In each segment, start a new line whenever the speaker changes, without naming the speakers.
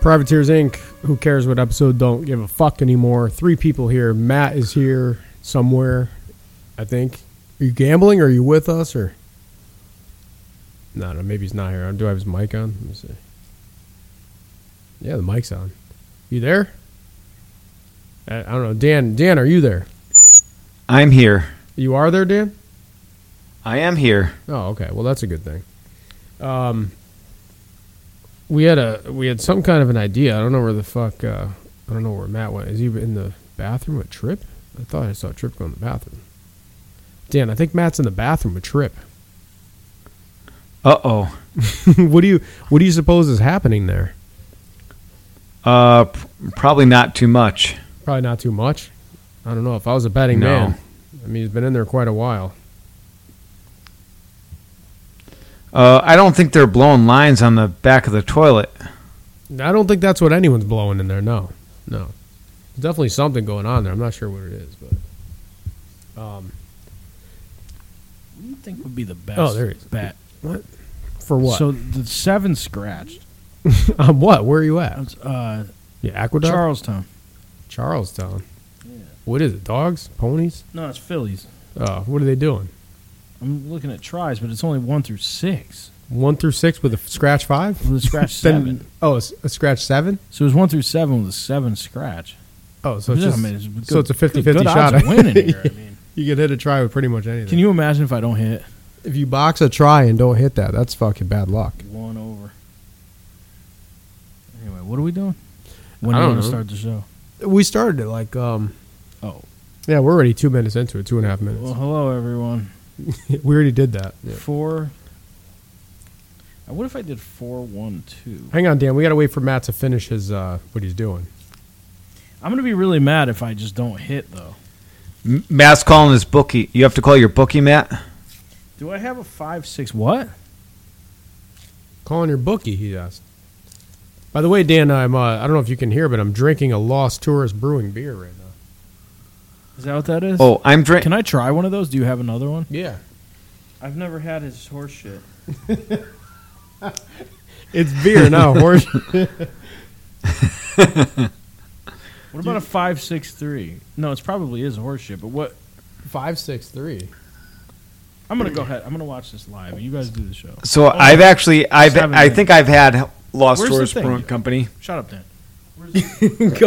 Privateers Inc. Who cares what episode? Don't give a fuck anymore. Three people here. Matt is here somewhere. I think. Are you gambling? are you with us? Or no, no. Maybe he's not here. Do I have his mic on? Let me see. Yeah, the mic's on. You there? I I don't know, Dan. Dan, are you there?
I'm here.
You are there, Dan.
I am here.
Oh, okay. Well, that's a good thing. Um, we had a we had some kind of an idea. I don't know where the fuck. Uh, I don't know where Matt went. Is he in the bathroom with Trip? I thought I saw Trip go in the bathroom. Dan, I think Matt's in the bathroom with Trip.
Uh oh.
what do you What do you suppose is happening there?
Uh, p- probably not too much.
Probably not too much. I don't know. If I was a betting
No.
man, I mean, he's been in there quite a while.
Uh, I don't think they're blowing lines on the back of the toilet.
I don't think that's what anyone's blowing in there. No, no, There's definitely something going on there. I'm not sure what it is, but um,
What do you think would be the best?
Oh, there it is.
bet.
for what?
So the seven scratched.
um, what? Where are you at?
That's, Uh,
Yeah, Aqueduct,
Charlestown.
Charlestown. What is it? Dogs, ponies?
No, it's Phillies.
Oh, what are they doing?
I'm looking at tries, but it's only one through six.
One through six with a f- scratch five.
With a scratch
Then-
seven.
oh, a s- a scratch seven.
So it was one through seven with a seven scratch.
Oh, so it's
Yeah,
just,
I mean, it's
so it's
good-
a
good-
50 50
good
shot.
Odds of winning here. I mean,
you get hit a try with pretty much anything.
can you imagine if I don't hit
if you box a try and don't hit that, that's fucking bad luck.
one over? Anyway, what are we doing? When
I
do you
don't
want to
know.
start the show?
We started it like um,
Oh,
Yeah, we're already two minutes into it, two and a half minutes.
well, hello everyone.
we already did that.
Four. Uh, What if I did four one two?
Hang on, Dan. We got to wait for Matt to finish his uh, what he's doing.
I'm gonna be really mad if I just don't hit though.
M- Matt's calling his bookie. You have to call your bookie, Matt.
Do I have a five six? What?
Calling your bookie, he asked. By the way, Dan, I'm uh, I don't know if you can hear, but I'm drinking a Lost Tourist Brewing beer right now.
Is that what that is?
Oh, I'm drinking.
Can I try one of those? Do you have another one?
Yeah,
I've never had his horse shit.
it's beer now. horse.
What about a five six three? No, it's probably is horse shit. But what?
Five six three.
I'm gonna go ahead. I'm gonna watch this live. and You guys do the show.
So
Oh,
I've actually, I've,
seven
I
minutes.
think I've had Lost
Where's the
Tourist
thing?
Brewing Company.
Shut up, Dan.
Go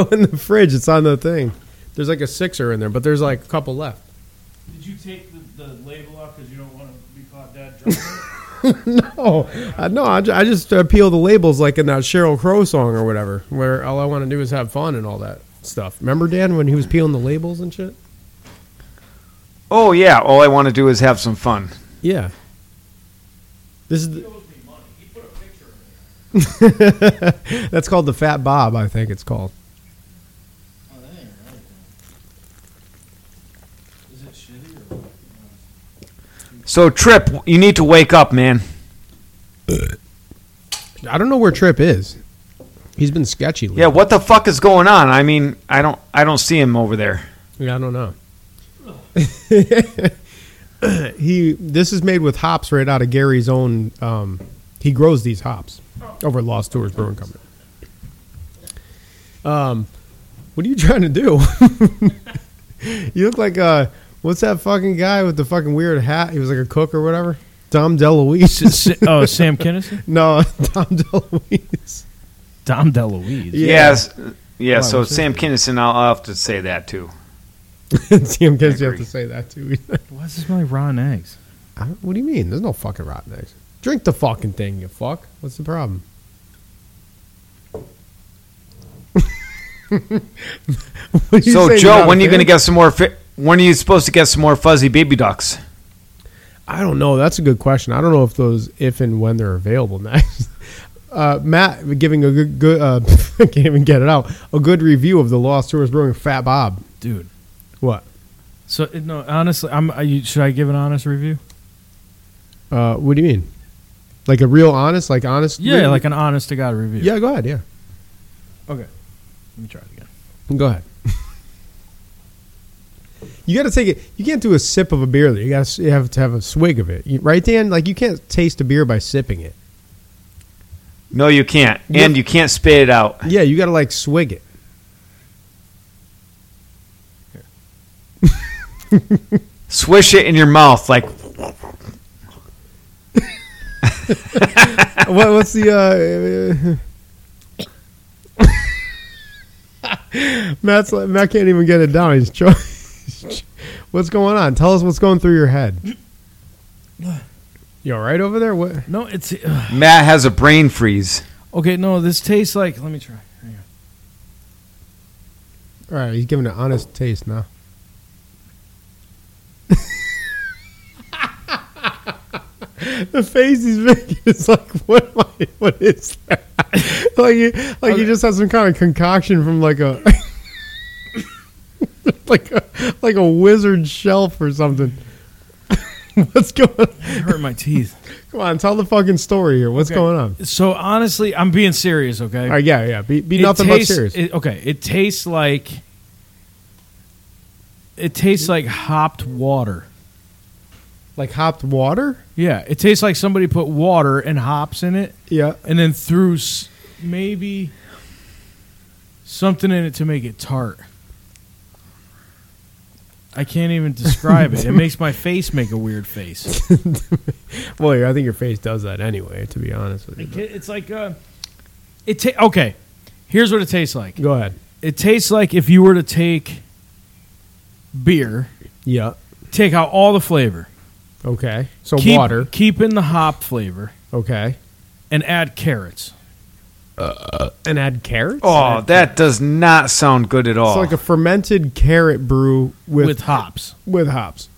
in the fridge. It's on the thing. There's like a sixer in there, but there's like a couple left.
Did you take the, the label off because you don't want to be caught dead drunk?
Oh I, no! I, ju- I just uh, peel the labels like in that Cheryl Crow song or whatever, where all I want to do is have fun and all that stuff. Remember Dan when he was peeling the labels and shit?
Oh yeah, all I want to do is have some fun.
Yeah. This is the... That's called the Fat Bob, I think it's called.
Oh, Is it shitty or what?
So Trip, you need to wake up, man.
I don't know where Trip is. He's been sketchy.
Yeah,
Lately.
what the fuck is going on? I mean, I don't, I don't see him over there.
Yeah, I don't know. he this is made with hops right out of Gary's own. Um, he grows these hops over at Lost Tours Brewing Company. Um, what are you trying to do? you look like uh, what's that fucking guy with the fucking weird hat? He was like a cook or whatever. Tom DeLuise.
oh, Sam Kennison,
no, Tom DeLuise.
Dom DeLuise.
Yeah.
Yes. Yeah,
Why,
so
what's
Sam Kinison, I'll, I'll have to say that too.
Tim, guess you have
agree.
to say that too.
Why does this smell like rotten eggs?
I don't- what do you mean? There's no fucking rotten eggs. Drink the fucking thing, you fuck. What's the problem? What do you
So
say, you're
Joe,
not
when
a
are you
fan?
going to get some more? Fi- when are you supposed to get some more fuzzy baby ducks?
I don't know. That's a good question. I don't know if those if and when they're available next. Uh, Matt giving a good, good uh, I can't even get it out. A good review of the Lost Tourist Brewing Fat Bob.
Dude.
What?
So no, honestly, I'm. Are you, should I give an honest review?
Uh, what do you mean? Like a real honest, like honest?
Yeah, like an honest to god review.
yeah. Go ahead. Yeah,
Okay. Let me try it again.
go ahead. You got to take it. You can't do a sip of a beer. There, you got to have to have a swig of it, You- right, Dan? Like you can't taste a beer by sipping it.
No, you can't.
You
and you can't spit it out.
Yeah, you got to like swig it.
Swish it in your mouth like
what, what's the uh, Matt's like, Matt can't even get it down. He's choking. what's going on? Tell us what's going through your head. You all right over there? What?
No, it's uh,
Matt has a brain freeze.
okay. No, this tastes like. Let me try. Hang on.
All right, he's giving an honest taste now. the face he's making is like, what am I, What is that? like, he, like he just had some kind of concoction from like a, like a, like a wizard shelf or something. What's going?
It hurt my teeth.
Come on, tell the fucking story here. What's
Okay.
going on?
So honestly, I'm being serious. Okay.
All right, yeah, yeah. Be, be
It
nothing
tastes-
but serious.
it- okay, it tastes like it tastes like hopped water.
like hopped water.
Yeah, it tastes like somebody put water and hops in it,
Yeah.
and then threw s- maybe something in it to make it tart. I can't even describe it. It makes my face make a weird face.
Well, I think your face does that anyway. To be honest with you.
Like, It's like uh, it. Ta- okay, here's what it tastes like.
Go ahead.
It tastes like if you were to take beer,
Yeah.
take out all the flavor.
Okay. So
keep,
water.
Keep in the hop flavor
Okay.
and add carrots.
And add carrots.
Oh, that does not sound good at all.
it's like a fermented carrot brew with
With,
with,
hops.
hops.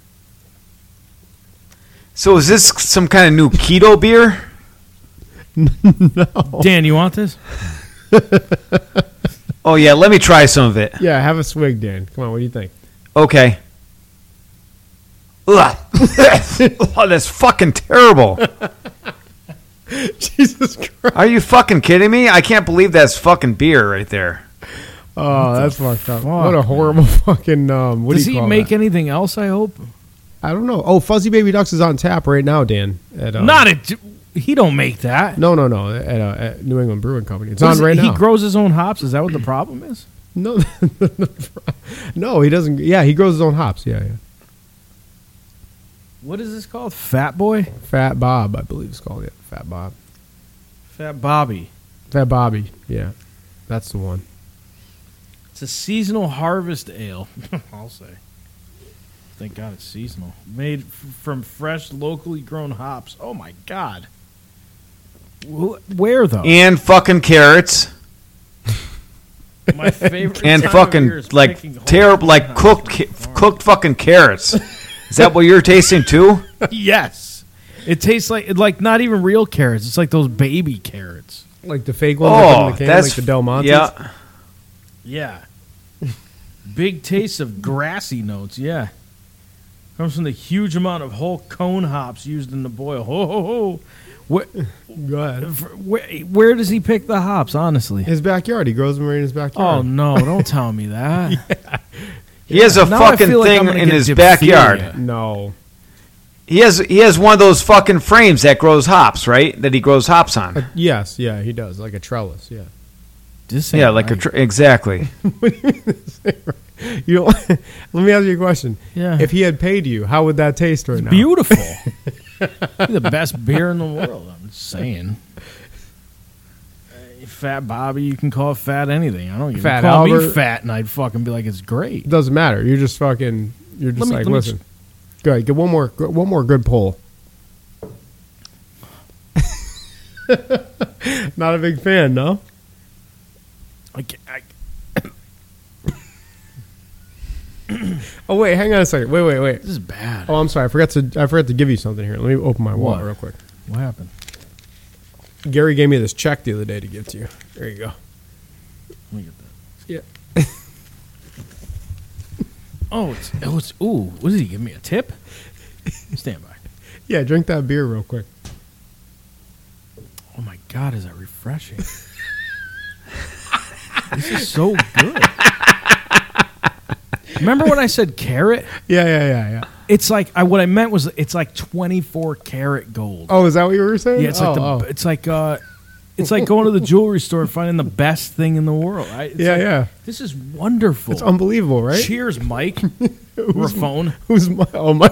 so is this some kind of new keto beer?
Dan, you want this?
Oh yeah, let me try some of it.
Yeah. Have a swig, Dan. Come on. What do you think?
Okay. Ugh. oh, that's fucking terrible.
Jesus Christ.
Are you fucking kidding me? I can't believe that's fucking beer right there.
Oh, that's fucked up.
fuck,
what a horrible fucking. Um, what
Does
do you
he
call
make
that?
anything else? I hope
I don't know. Oh, Fuzzy Baby Ducks is on tap right now, Dan. At, um,
not. It. He don't make that.
No, no, no. At, uh, at New England Brewing Company. It's
What
on
is it?
right
he
now.
grows his own hops. Is that what the problem is?
no, no, he doesn't. Yeah, he grows his own hops. Yeah, yeah.
What is this called? Fat boy.
Fat Bob, I believe it's called. Yeah, Fat Bob.
Fat Bobby.
Fat Bobby. Yeah, that's the one.
It's a seasonal harvest ale. I'll say. Thank God it's seasonal. Made f- from fresh, locally grown hops. Oh my God. Wh- Where though?
And fucking carrots.
My favorite
and
time of year
fucking
is picking
like
whole
terrible, like
hops
cooked,
from
ca-
farm.
cooked fucking carrots. Is that what you're tasting too?
yes, it tastes like like not even real carrots. It's like those baby carrots.
Like the fake ones that come
Oh,
in the can,
that's
like the Del Monte.
Yeah,
Yeah, big taste of grassy notes. Yeah, comes from the huge amount of whole cone hops used in the boil. Ho ho ho! Where,
Go ahead.
for- where, where does he pick the hops? Honestly.
His backyard. He grows them right in his
Oh
backyard.
no! Don't tell me that.
he has a
Now I
fucking
feel like I'm
thing
gonna
in
get
his
diphtheria.
backyard.
no!
He has he has one of those fucking frames that grows hops, right? That he grows hops on.
Yes, yeah, he does. Like a trellis. Yeah.
This ain't
Yeah, like a
right.
tr- exactly.
You don't, let me ask you a question.
Yeah.
If he had paid you, how would that taste right now?
beautiful. the best beer in the world. I'm just saying. Hey, Fat Bobby, you can call it fat anything. I don't give
Fat
a call me
Albert.
fat, and I'd fucking be like, it's great.
It doesn't matter. You're just fucking. You're just
Let me-
like,
let me
listen. Go ahead. Get one more. go- One more good poll. Not a big fan, no.
I ca- I-
Oh wait, hang on a second. Wait, wait, wait.
this is bad.
Oh, I'm sorry. I forgot to. I forgot to give you something here. Let me open my wallet
What?
real quick.
What happened?
Gary gave me this check the other day to give to you. There you go.
Let me get
Yeah.
that. Oh, it's, oh, it's, ooh, what did he give me? A tip? Stand by.
Yeah, drink that beer real quick.
Oh my God, is that refreshing? this is so good. Remember when I said carrot?
Yeah, yeah, yeah, yeah.
It's like I what I meant was it's like 24 karat gold.
Oh, is that what you were saying?
yeah, it's like
Oh,
the it's like uh It's like going to the jewelry store and finding the best thing in the world. I, it's
yeah,
like,
yeah.
This is wonderful.
It's unbelievable, right?
Cheers, Mike. Raphone.
Who's my, oh my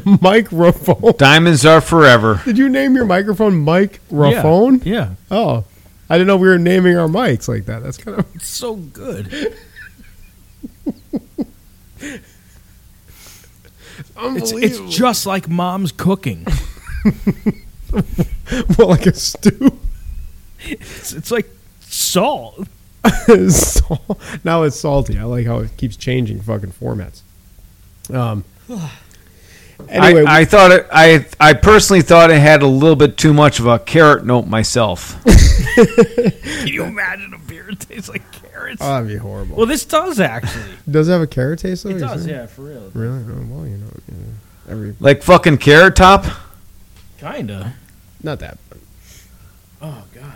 microphone?
Diamonds are forever.
Did you name your microphone Mike Raphone?
Yeah. yeah.
Oh, I didn't know we were naming our mics like that. That's kind of
It's so good. It's,
unbelievable.
it's just like mom's cooking.
well, like a stew.
It's, it's like salt.
Sal- now it's salty. I like how it keeps changing fucking formats. Um. Anyway,
I, I thought it, I I personally thought it had a little bit too much of a carrot note myself.
Can you imagine a beer that tastes like carrots?
oh, that'd be horrible.
well, this does actually.
does it have a carrot taste? Though,
It
you
does,
think?
yeah, for real.
Really? Oh, well, you know, you know, every
Like fucking carrot top?
Kinda.
not that.
Oh god.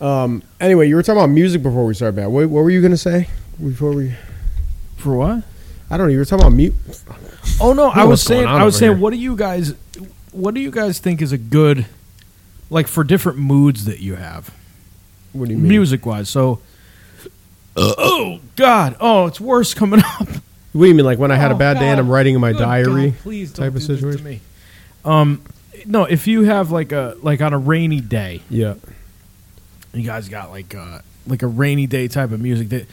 Um. Anyway, you were talking about music before we started, Matt. What, what were you gonna say before we?
For what?
I don't know. You were talking about mute.
Oh no, I
know
was
what's going
saying
on
I was
over
saying
here.
what do you guys what do you guys think is a good like for different moods that you have?
What do you mean?
Music wise. So Oh god. Oh, it's worse coming up.
What do you mean? Like when I had a
Oh,
bad day and
God.
I'm writing in my
Good
diary
God, please don't
type
do
of
this to
situation.
me. Um no, if you have like a like on a rainy day,
Yeah.
you guys got like uh like a rainy day type of music that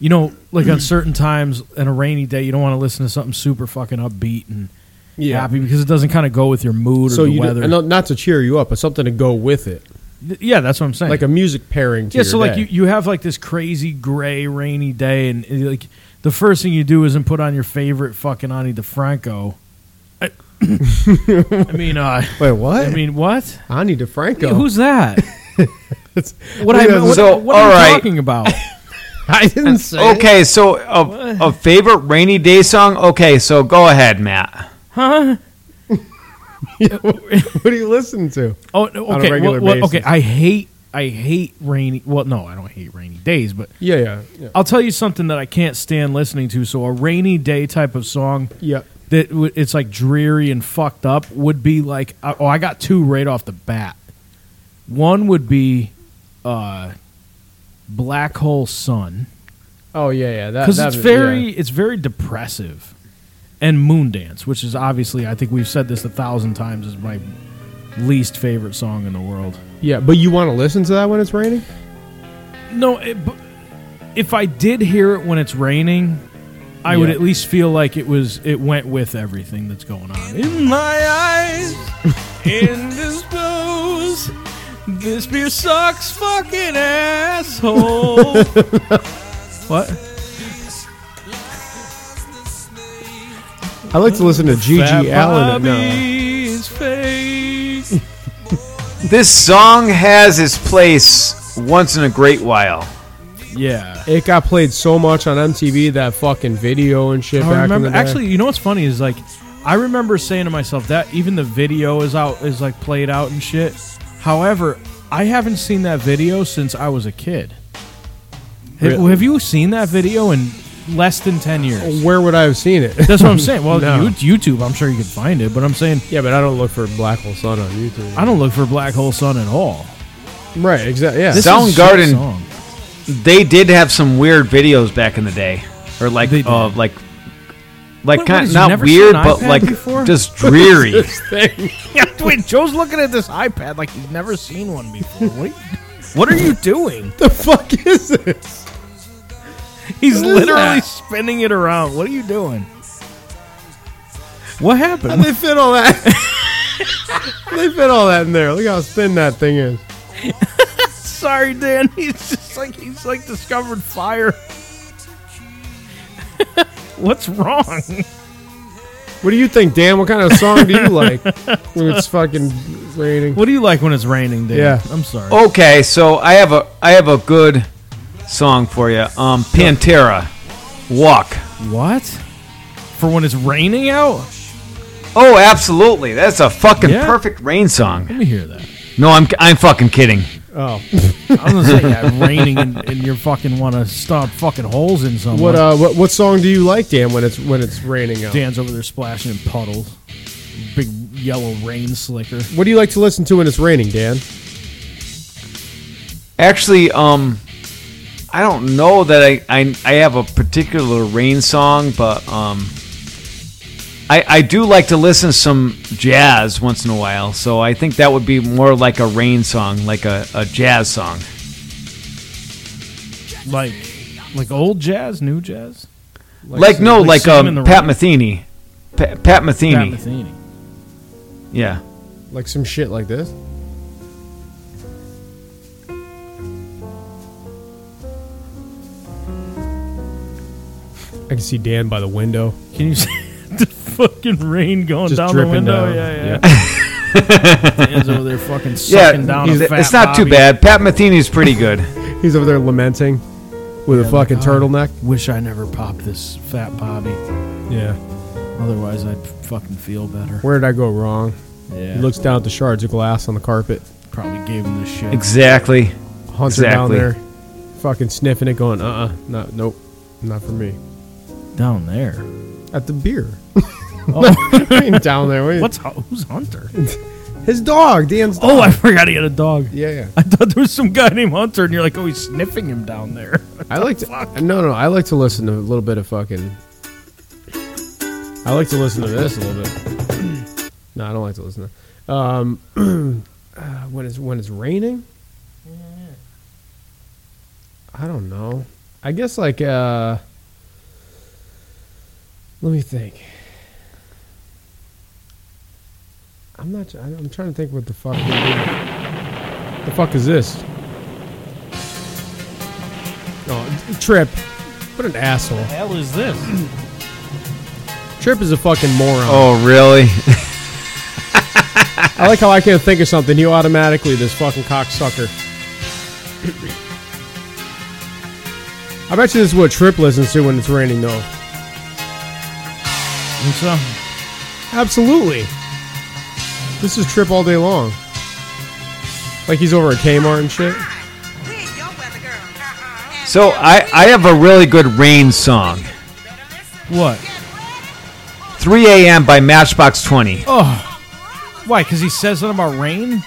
you know, like on certain times on a rainy day you don't want to listen to something super fucking upbeat and
Yeah.
happy because it doesn't kind of go with your mood
So
or the
you
weather.
do, no- not to cheer you up, but something to go with it,
Th- yeah, that's what I'm saying.
like a music pairing. To
yeah,
your
so like
day.
you, you have like this crazy gray rainy day, and uh, like the first thing you do isn't put on your favorite fucking Ani DeFranco. I, I mean, uh,
Wait, what?
I mean, what?
Ani DeFranco.
Who's that? What
Wait,
I what,
so,
what are
all
you
right.
talking about?
I didn't say. it.
Okay, so a, a favorite rainy day song? Okay, so go ahead, Matt.
Huh?
What do you listen to?
Oh, no,
On a
okay.
regular
Well, well, okay,
basis.
I hate I hate rainy. Well, no, I don't hate rainy days, but
Yeah, yeah, yeah.
I'll tell you something that I can't stand listening to. So a rainy day type of song.
yeah.
that w- it's like dreary and fucked up would be like uh, oh I got two right off the bat. One would be uh Black Hole Sun
Oh yeah, yeah. That
cuz
that-
it's very
yeah.
it's very depressive. And Moondance, which is obviously I think we've said this a thousand times is my least favorite song in the world.
yeah. But you want to listen to that when it's raining?
No, it, bu- if I did hear it when it's raining, I would
Yeah.
at least feel like it was it went with everything that's going on. In my eyes, in this booze, this beer sucks, fucking asshole. what?
I like to listen to Gigi Allen. at-
Bobby's face.
This song has its place once in a great while.
yeah.
No, it got played so much on MTV that fucking video and shit.
I
back
remember.
in the day.
Actually, you know what's funny is like, I remember saying to myself that even the video is out is like played out and shit. However, I haven't seen that video since I was a kid. Have-
Really?
Have you seen that video in less than ten years?
where would I have seen it?
That's what I'm saying. Well,
No.
you- YouTube, I'm sure you can find it, but I'm saying
yeah, but I don't look for Black Hole Sun on YouTube.
I don't look for Black Hole Sun at all.
right. Exactly. Yeah.
This is a shit
Soundgarden-
song.
They did have some weird videos back in the day, or like
They did.
uh, like like
What- what,
kind
did you
not
never
weird,
see an
but
iPad
like
before?
just dreary.
thing.
Wait, Joe's looking at this iPad like he's never seen one before. What are you, what are you doing?
the fuck is this?
He's
What is
literally
that?
spinning it around. What are you doing? What
How'd
happened?
they fit all that? they fit all that in there. Look how thin that thing is.
Sorry, Dan. He's just like he's like discovered fire. What's wrong?
What do you think, Dan? What kind of song do you like when it's fucking raining?
What do you like when it's raining, Dan?
Yeah.
I'm sorry.
Okay, so I have a I have a good song for you. Um, Pantera, Walk.
Oh. What? For when it's raining out?
Oh, absolutely. That's a fucking
Yeah.
perfect rain song.
Let me hear that.
No, I'm I'm fucking kidding.
Oh,
I was gonna say yeah, raining and, and you fucking want to stomp fucking holes in someone.
what uh, what, what song do you like, Dan? When it's when it's raining out?
Dan's over there splashing in puddles. Big yellow rain slicker.
What do you like to listen to when it's raining, Dan?
Actually, um, I don't know that I, I, I have a particular rain song, but um, I, I do like to listen to some jazz once in a while. So I think that would be more like a rain song, like a, a jazz song.
Like, like old jazz, new jazz.
Like,
some-
no, like,
Sam and
um,
the
Pat
Ra-
Metheny. Pa- Pat Metheny.
Pat Metheny.
Yeah.
Like some shit like this. I can see Dan by the window,
Can you see the fucking rain going
just
down the
dripping
window?
down.
Yeah, yeah. Hands over there, fucking sucking down.
he's-
a fat
it's not too
Bobby.
bad. Pat Metheny's pretty good.
Yeah. He's over there lamenting with a
Yeah,
fucking
like, oh,
turtleneck.
Wish I never popped this fat Bobby.
Yeah.
Otherwise, I'd fucking feel better.
Where did I go wrong?
Yeah.
He looks down at the shards of glass on the carpet.
probably gave him this shit.
exactly.
Hunter down
Exactly.
there, fucking sniffing it, going, uh, uh no, nope, not for me.
down there. Oh,
At the beer. I mean, down there. Wait.
What's hu- who's Hunter?
his dog? Dan's dog.
Oh, I forgot he had a dog.
yeah, yeah.
I thought there was some guy named Hunter, and you're like, oh, he's sniffing him down there.
I like to. No, no. I like to listen to a little bit of fucking. I like to listen to this a little bit. No, I don't like to listen to. Um, uh, when it's when it's raining. I don't know. I guess like uh. Let me think. I'm not. I- I'm trying to think what the fuck. would be- The fuck is this? Oh, Trip. What an asshole.
hell is this?
Trip is a fucking moron.
Oh, really?
I like how I can't think of something. You automatically, this fucking cocksucker. I bet you this is what Trip listens to when it's raining, though.
so,
Absolutely. This is Trip all day long. Like he's over at Kmart and shit.
So I, I have a really good rain song.
what?
3 a.m. by Matchbox 20.
Oh, why? Because he says something about rain.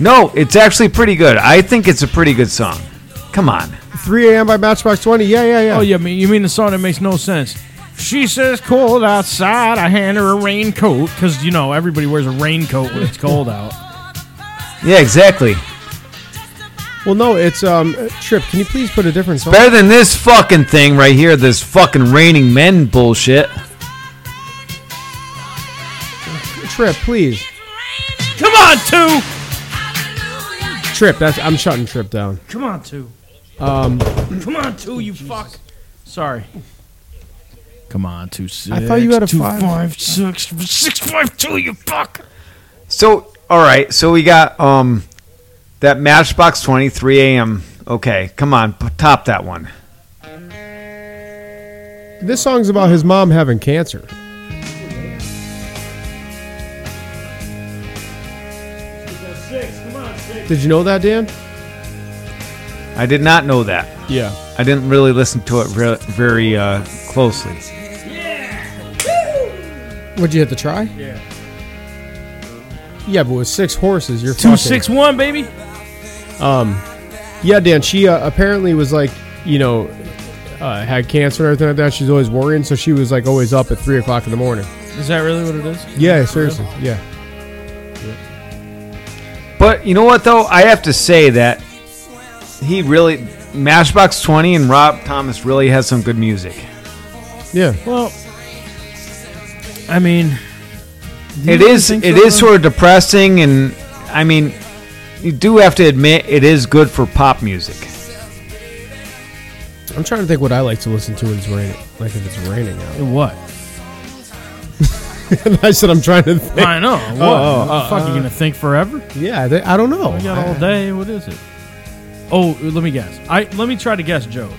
No, it's actually pretty good. I think it's a pretty good song. Come on.
3 a.m. by Matchbox 20. Yeah, yeah, yeah.
Oh, yeah. mean, you mean the song that makes no sense? She says cold outside. I hand her a raincoat because you know everybody wears a raincoat when it's cold out.
Yeah, exactly.
Well, no, it's um Trip. Can you please put a different song?
Better than this fucking thing right here, this fucking raining men bullshit.
Trip, please.
Come on, two.
Trip. That's I'm shutting Trip down.
Come on, two. Um, come on, two. You fuck. Sorry. Come on, two six.
I thought you had a
two,
five.
five, six, six, five, two. You fuck.
So, all right. So we got um that Matchbox 20, 3 a.m. Okay, come on. p- Top that one.
This song's about his mom having cancer. Did you know that, Dan?
I did not know that.
Yeah.
I didn't really listen to it re- very uh, closely.
Would you hit the try? Yeah. Yeah, but with six horses, you're
Two
fucking-
Oh, six one, baby.
Yeah, Dan. She uh, apparently was like, you know, uh, had cancer and everything like that. She's always worrying, so she was like always up at three o'clock in the morning.
Is that really what it is?
Yeah, seriously. Yeah.
But you know what though? I have to say that he really Matchbox 20 and Rob Thomas really has some good music.
Yeah.
Well, I mean,
It is it is sort of depressing and I mean you do have to admit it is good for pop music.
I'm trying to think what I like to listen to when it's raining. Like if it's raining out.
what?
and I said I'm trying to think.
I know. What?
oh,
The fuck, you gonna think forever?
Yeah, they, I don't know.
We got all day. What is it? Oh, let me guess. I let me try to guess. Joe's,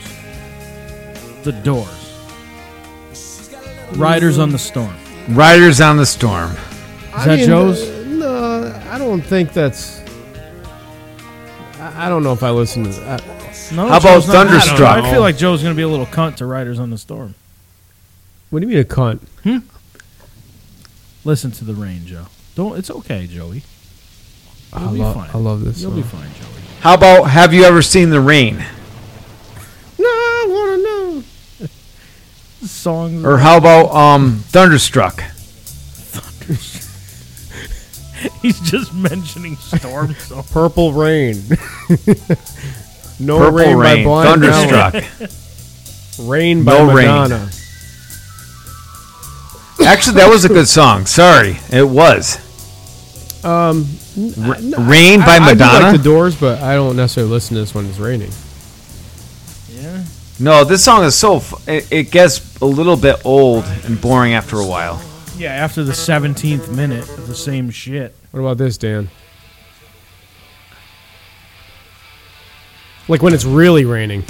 The Doors, Riders on the Storm.
Riders on the Storm.
Is that Joe's?
uh, No, I don't think that's. I I don't know if I listen to uh, that.
No,
How about
Joe's not- I don't know.
Thunderstruck?
I, feel like Joe's gonna be a little cunt to Riders on the Storm.
What do you mean a cunt?
Listen to the rain, Joe. Don't. It's okay, Joey.
I
You'll be
love,
fine.
I love this.
You'll
song.
be fine, Joey.
How about Have You Ever Seen the Rain?
No, I wanna know.
Songs
Or how about um, Thunderstruck?
He's just mentioning storm songs.
Purple rain. no
Purple
Oh, rain, by
Rain,
Blind
Thunderstruck.
Melon. Rain by
No Rain.
Madonna.
Actually, that was a good song. Sorry, it was.
Um,
R- Rain by
I, I do
Madonna.
like the Doors, but I don't necessarily listen to this when it's raining.
Yeah.
no, this song is so. F- it, it gets a little bit old and boring after a while.
Yeah, after the 17th minute of the same shit.
What about this, Dan? Like when it's really raining.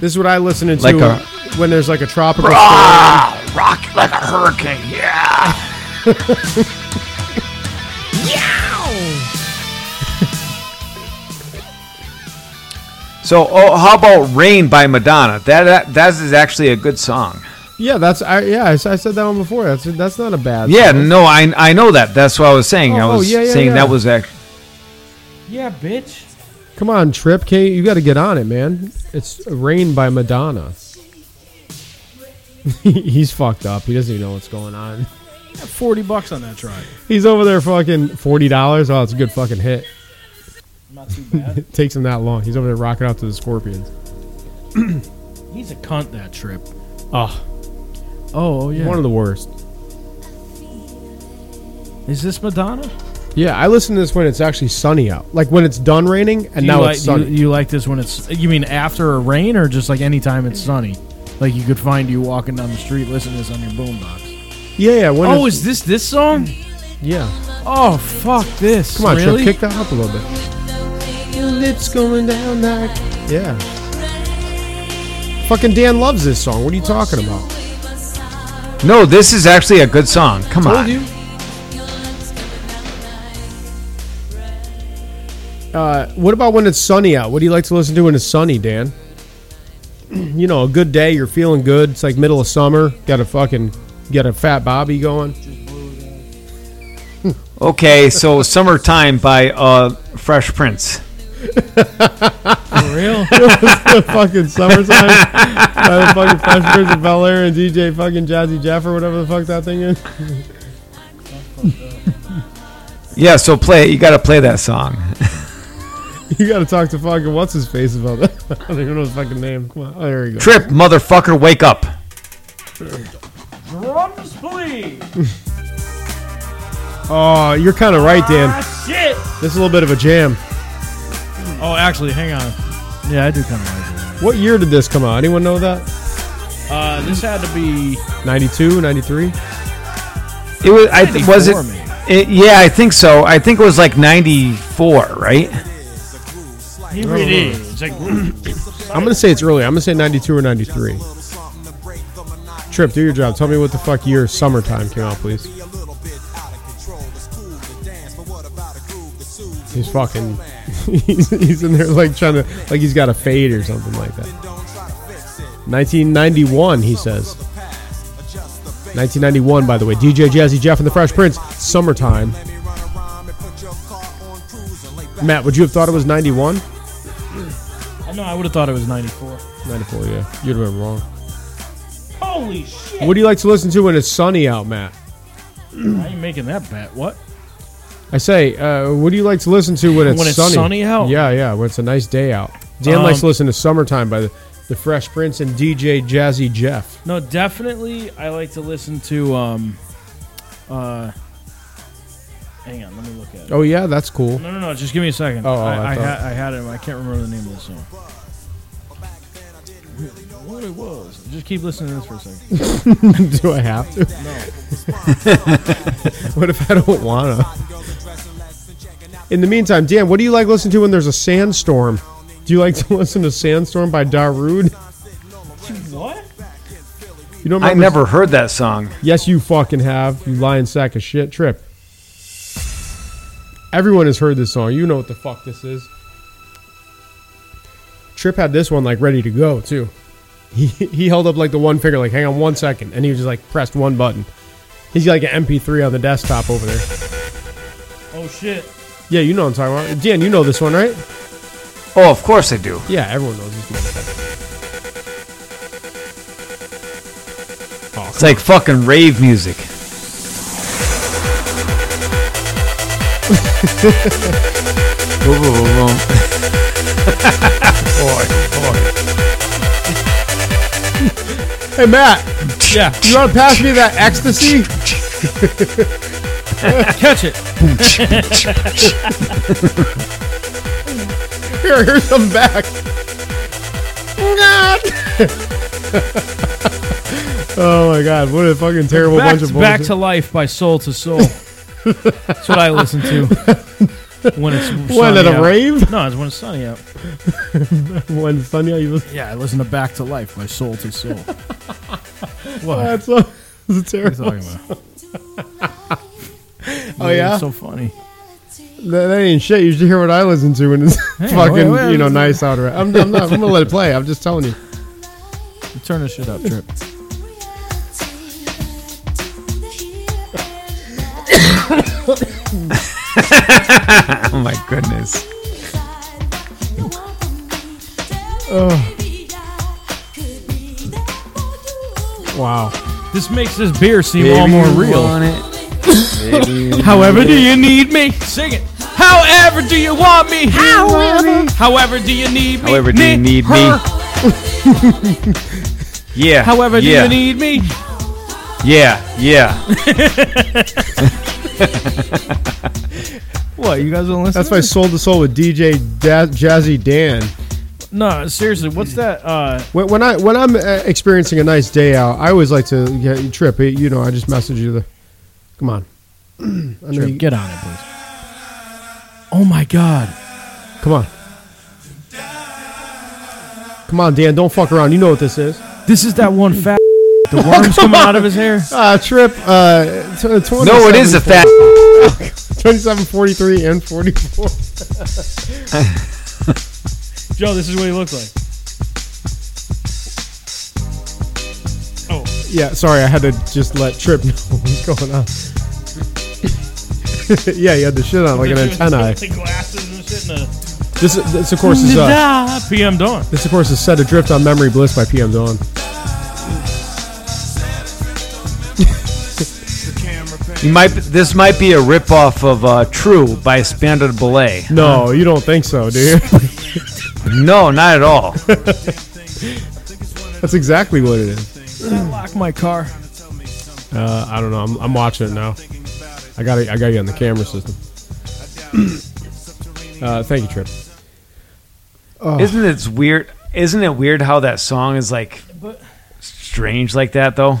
This is what I listen to
Like a-
when there's like a tropical
Ah, rock like a hurricane. Yeah. So, oh, how about "Rain" by Madonna? That, that that is actually a good song.
storm. Yeah, that's I yeah I, s- I said that one before. That's that's not a bad.
Yeah,
song.
no, I I know that. That's what I was saying. I
Oh, oh,
was
yeah, yeah,
saying
yeah.
that was act-
Yeah, bitch.
Come on, Trip Kate, you got to get on it, man. It's Rain by Madonna. He's fucked up. He doesn't even know what's going on.
40 bucks on that try.
He's over there fucking forty dollars. Oh, it's a good fucking hit.
Not too bad.
It takes him that long. He's over there rocking out to the Scorpions.
He's a cunt that trip.
Oh,
Oh, yeah.
one of the worst.
Is this Madonna?
Yeah, I listen to this when it's actually sunny out, like when it's done raining and
Do
now
you like,
it's
do you,
sunny.
you like this when it's you mean after a rain or just like any time it's sunny? Like you could find you walking down the street listening to this on your boombox.
yeah, yeah. When
Oh,
it's,
is this this song?
yeah.
Oh, fuck this.
Come on,
really?
Trip, kick that up a little bit. Your lips going down like yeah. Fucking Dan loves this song. What are you talking about?
No, this is actually a good song. Come
Told
on.
you. Uh, what about when it's sunny out? What do you like to listen to when it's sunny, Dan? you know, a good day, you're feeling good. It's like middle of summer. Got a fucking, got a fat Bobby going.
Okay, so "Summertime" by uh, Fresh Prince.
For real?
the fucking summertime by the fucking Fresh Prince of Bel Air and DJ fucking Jazzy Jeff or whatever the fuck that thing is.
Yeah, so play. You got to play that song.
You got to talk to fucking what's his face about that. I don't even know his fucking name. Come on, oh, there you go.
Trip, motherfucker, wake up.
Drums, please.
Oh, you're kind of right, Dan.
shit.
This is a little bit of a jam.
Oh, actually, hang on. Yeah, I do kind of like it.
What year did this come out? Anyone know that?
Uh, this had to be
92, 93?
It was. I th- was it,
94, maybe.
it. Yeah, I think so. I think it was like '94, right?
Here it is. It's like,
I'm going to say it's early. I'm going to say 92 or 93. Trip, do your job. Tell me what the fuck year Summertime came out, please. He's fucking. He's, he's in there like trying to. Like he's got a fade or something like that. 1991, he says. 1991, by the way. DJ Jazzy Jeff and the Fresh Prince, Summertime. Matt, would you have thought it was 91?
I know I would have thought it was 94.
94, yeah. You'd have been wrong.
Holy shit.
What do you like to listen to when it's sunny out, Matt?
I ain't making that bet. What?
I say, uh, what do you like to listen to when it's
When it's
sunny?
sunny out?
Yeah, yeah, when it's a nice day out. Dan
Um,
likes to listen to "Summertime" by the, the Fresh Prince and DJ Jazzy Jeff.
No, definitely. I like to listen to. um uh Hang on, let me look at it.
Oh yeah, that's cool.
No, no, no. Just give me a second.
Oh, oh,
I,
I
I,
thought-
ha- I had it. I can't remember the name of the song. What it was? Just keep listening to this for a second.
do I have to? what if I don't wanna? In the meantime, Dan, what do you like listening to when there's a sandstorm? Do you like to listen to "Sandstorm" by Darude?
what?
You don't remember?
I never heard that song.
Yes, you fucking have. You lying sack of shit. Trip. Everyone has heard this song. You know what the fuck this is. Trip had this one like ready to go too. He he held up like the one finger, like hang on one second, and he was just like pressed one button. He's got like an MP3 on the desktop over there.
Oh shit!
Yeah, you know what I'm talking about. Dan, you know this one, right?
Oh, of course I do.
Yeah, everyone knows this one.
It's like fucking rave music. Boom, boom, boom, boom.
Hey, Matt,
Yeah,
you want to pass me that ecstasy?
catch it.
Here, here's some back. God. oh my god, what a fucking terrible
Back,
bunch of
back
bullshit.
to life by soul to soul. That's what I listen to when it's
when
sunny
at a
out.
rave?
No, it's when it's sunny out.
When Sunday I was
Yeah, I listen to Back to Life by Soul to Soul. what?
that's so it's
What are you
terrible.
talking about?
Oh yeah?
It's so funny.
That, that ain't shit. You should hear what I listen to when it's
Hey,
fucking,
wait, wait,
you know,
listen.
nice out around. I'm, I'm not I'm gonna let it play. I'm just telling you.
Turn this shit up, Trip.
Oh my goodness.
Wow.
This makes this beer seem all more real.
However,
do you need me? Sing it. However do you want me? However. However do you need me?
However do you need me?
her.
yeah.
However do
yeah,
you need me?
Yeah, yeah.
What, you guys don't listen
That's my soul to soul with DJ da- Jazzy Dan.
No, seriously, what's that? Uh,
When, when I when I'm uh, experiencing a nice day out, I always like to yeah, you trip. You know, I just message you the. Come on. I know you-
Get on it, please. Oh my god.
Come on. Come on, Dan. Don't fuck around. You know what this is.
This is that one fat. The worms coming out of his hair.
Uh, trip. Uh, t-
No, it is a fat.
27, 43, and 44.
Joe, this is what he looked like. Oh,
Yeah, sorry. I had to just let Trip know what's going on. yeah, you had the shit on like an antenna.
The glasses and shit. And a-
This, this of course, is uh,
PM Dawn.
this, of course, is set adrift on Memory Bliss by PM Dawn.
You might. This might be a ripoff of uh, True by Spandard Ballet.
No, you don't think so, do you?
No, not at all.
That's exactly what it is.
Lock my car.
Uh, I don't know. I'm, I'm watching it now. I got I got you on the camera system. uh, thank you, Trip.
Oh.
Isn't it weird? Isn't it weird how that song is like
But-
strange like that though?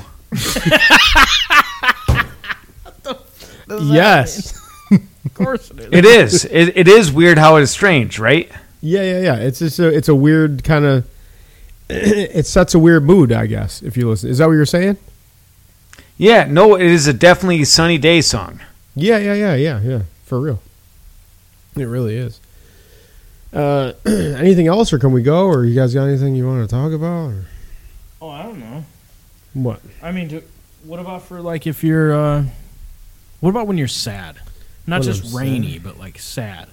Yes.
Of course it is.
It is. It, it is weird how it is strange, right?
Yeah, yeah, yeah. It's just a, it's a weird kind of. it sets a weird mood, I guess. If you listen, is that what you're saying?
Yeah. No, it is a definitely sunny day song.
Yeah, yeah, yeah, yeah, yeah. For real, it really is. Uh, anything else, or can we go? Or you guys got anything you want to talk about? Or
Oh, I don't know.
what?
I mean, do, what about for like if you're? uh What about when you're sad? Not
When I'm
just
sad.
rainy, but like sad.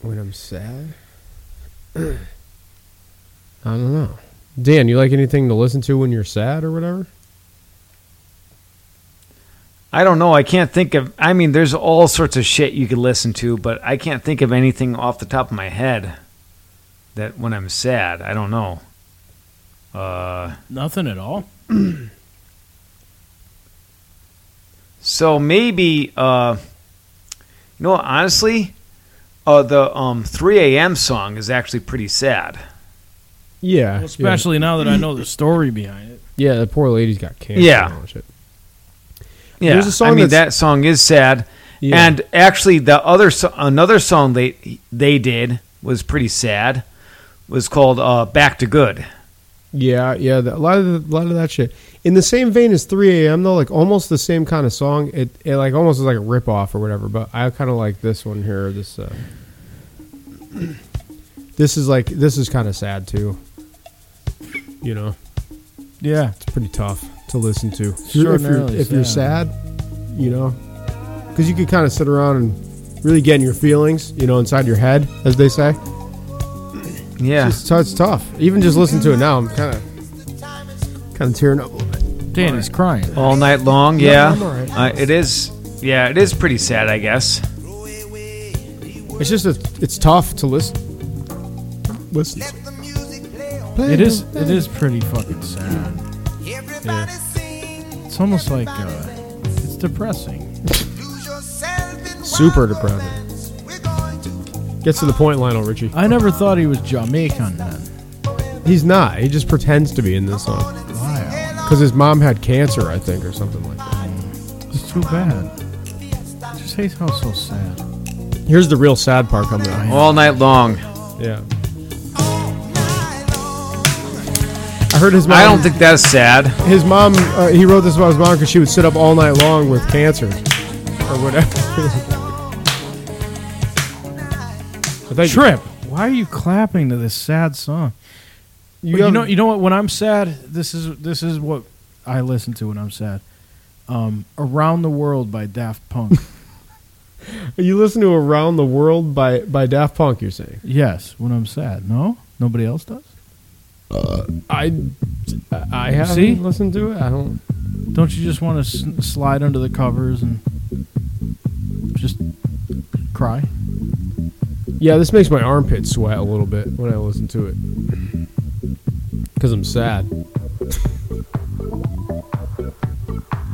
When I'm sad, I don't know. Dan, you like anything to listen to when you're sad or whatever?
I don't know. I can't think of. I mean, there's all sorts of shit you could listen to, but I can't think of anything off the top of my head that when I'm sad, I don't know. Uh,
Nothing at all.
so maybe, uh, you know, what, honestly, uh, the um, 3 a.m. song is actually pretty sad.
Yeah,
Well, especially now that I know the story behind it.
yeah. The poor lady's got cancer.
Yeah.
and all that shit.
Yeah,
There's a song
I mean
that's-
that song is sad,
Yeah.
and actually the other so- another song they they did was pretty sad. Was called uh, "Back to Good."
Yeah, yeah, the, a lot of the, a lot of that shit. In the same vein as 3 a.m. though, like almost the same kind of song. It, it like almost is like a rip off or whatever. But I kind of like this one here. This uh, this is like this is kind of sad too. You know,
Yeah.
it's pretty tough to listen to. If you're,
Extraordinarily
if you're sad, you know, because you could kind of sit around and really getting your feelings, you know, inside your head, as they say.
Yeah.
It's, it's tough. Even just listening to it now, I'm kind of kind of tearing up a little bit.
Danny's crying.
all night long. Yeah,
I'm all right.
uh, it is. Yeah, it is pretty sad, I guess.
It's just a, it's tough to listen. Listen.
It is. It is pretty fucking sad.
Everybody sing,
It's almost like uh, it's depressing.
lose yourself in
Super
wild
depressing.
romance. We're going to
Gets to the point, Lionel Richie.
I never thought he was Jamaican then.
He's not. He just pretends to be in this song
Wow,
because his mom had cancer, I think, or something like that.
it's too bad. Just hate how so sad.
Here's the real sad part coming up.
All night long.
Yeah,
all night long.
I heard his mom.
I don't think that's sad.
his mom. Uh, he wrote this about his mom because she would sit up all night long with cancer or whatever. I think
Trip, why are you clapping to this sad song?
You,
You,
have-
know, you know what? When I'm sad, this is this is what I listen to when I'm sad. Um, Around the World by Daft Punk.
you listen to "Around the World" by by Daft Punk. You're saying
yes, when I'm sad. No, nobody else does.
I I haven't
See?
listened to it. I don't.
Don't you just want to s- slide under the covers and just cry?
Yeah, this makes my armpit sweat a little bit when I listen to it because I'm sad.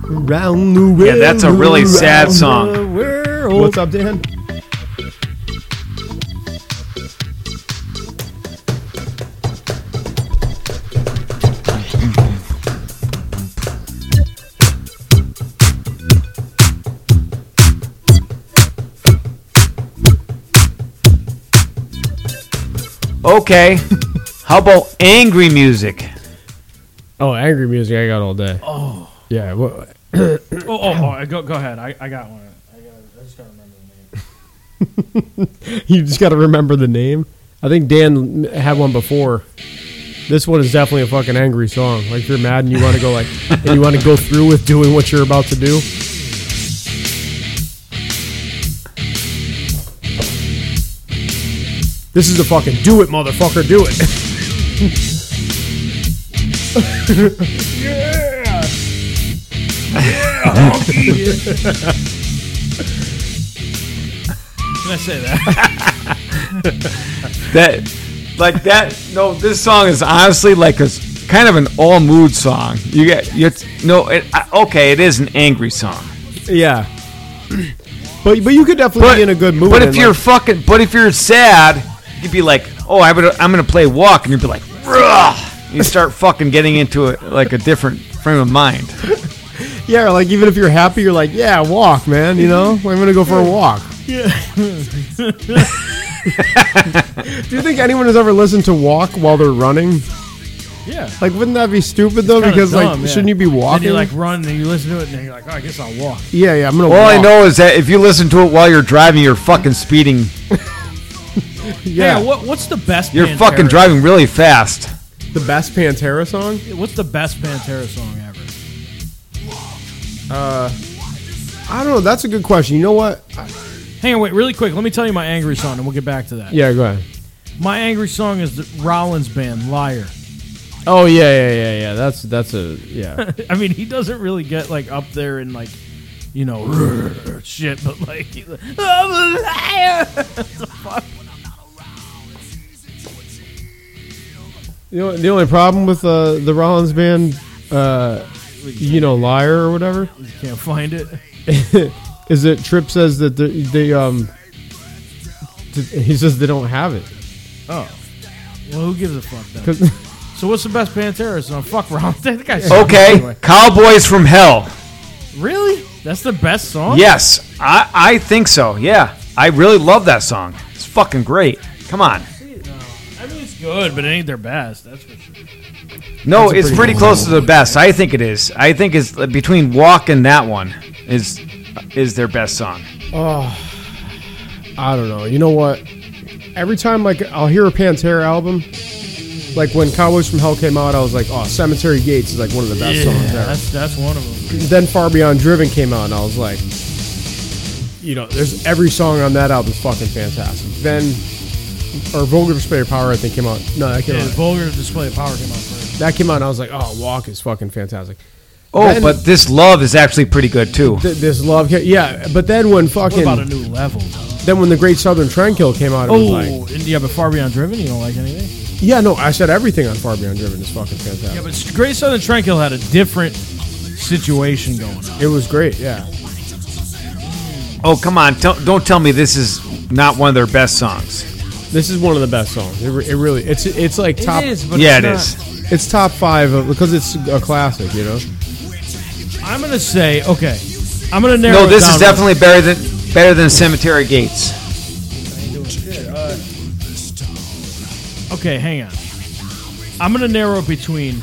Around the world.
Yeah, that's a really sad
around
song.
the world. What's up, Dan?
Okay. How about angry music?
Oh, angry music I got all day. Oh. Yeah, well,
Oh, oh, oh go, go ahead. I, I got one. I, got, I just gotta remember the name.
you just got to remember the name. I think Dan had one before. This one is definitely a fucking angry song. Like you're mad and you want to go like and you want to go through with doing what you're about to do. This is a fucking do it, motherfucker, do it.
Can I say that?
That, like that. No, this song is honestly like a s- kind of an all mood song. You get you. No, it, I- okay, it is an angry song.
Yeah. But but you could definitely
But
be in a good mood.
But
and,
if you're
like,
fucking, but if you're sad, you'd be like, oh, I would, I'm gonna play walk, and you'd be like, Rah! you start fucking getting into it like a different frame of mind.
yeah, like even if you're happy, you're like, yeah, walk, man. You know, I'm gonna go for a walk. Do you think anyone has ever listened to walk while they're running?
yeah.
Like, wouldn't that be stupid though? Because like, shouldn't you be walking?
And you like run and you listen to it and you're like, oh, I guess I'll walk.
yeah, yeah, I'm gonna.
All
walk.
I know is that if you listen to it while you're driving, you're fucking speeding.
Yeah,
Hey, what, what's the best?
You're
Pantera?
fucking driving really fast.
the best Pantera song.
What's the best Pantera song ever?
I don't know. That's a good question. You know what?
Hang on, wait, really quick. Let me tell you my angry song, and we'll get back to that.
Yeah, go ahead.
My angry song is the Rollins Band, "Liar."
Oh yeah, yeah, yeah, yeah. That's that's a yeah.
I mean, he doesn't really get like up there and like, you know, shit, but like, he's like, I'm a liar. The fuck?
You know, the only problem with uh, the Rollins band, uh, you know, liar or whatever,
Can't find it.
is that Tripp says that the, they um, th- he says they don't have it
Oh, well, who gives a fuck then?
because
So what's the best Pantera song? Fuck Rollins. That guy's
Okay,
Anyway.
Cowboys from Hell.
Really? That's the best song.
Yes, I, I think so. Yeah, I really love that song. It's fucking great. Come on.
I mean, it's good, but it ain't their best. That's for sure.
No,
That's a
it's
pretty
pretty
good
close to the best. I think it is. I think it's uh, between Walk and that one is uh, is their best song.
I don't know. You know what? Every time like I'll hear a Pantera album, like when Cowboys from Hell came out, I was like, oh, Cemetery Gates is like one of the best songs ever.
that's that's one of them.
Then Far Beyond Driven came out, and I was like, you know, there's every song on that album is fucking fantastic. Then, or Vulgar Display of Power, I think came out. No, that came
Yeah,
out.
vulgar display of power came out first.
That came out, and I was like, oh, Walk is fucking fantastic.
Oh,
Then-
but this love is actually pretty good too.
Th- this love, ca- yeah. But then when
What
fucking,
about a new level?
then when the Great Southern Trendkill came out, it was
Oh,
like,
and yeah, but far beyond driven, you don't like anything.
yeah, no, I said everything on Far Beyond Driven is fucking fantastic.
Yeah, but Great Southern Tranquil had a different situation going on.
it was great, yeah.
Oh, come on! Tell, don't tell me this is not one of their best songs.
This is one of the best songs. It, re- it really, it's it's like top,
but
yeah,
it's
it
not-
is.
it's top five of, because it's a classic, you know.
I'm gonna say okay. I'm gonna narrow.
No,
it
this
down
is definitely better than better than Cemetery Gates.
okay. Hang on. I'm gonna narrow it between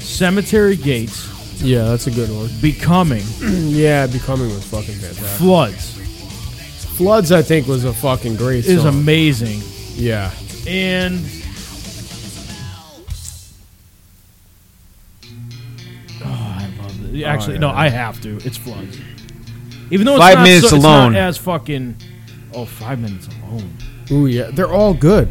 Cemetery Gates,
Yeah, that's a good one.
Becoming,
Yeah, Becoming was fucking fantastic.
Floods
Floods, I think, was a fucking great
is
song.
amazing,
yeah,
and oh, I love it. Actually, no, I have to. It's Floods. Even though it's
Five
not
minutes
so- it's not
alone.
as fucking. Oh, five minutes alone.
ooh yeah, they're all good.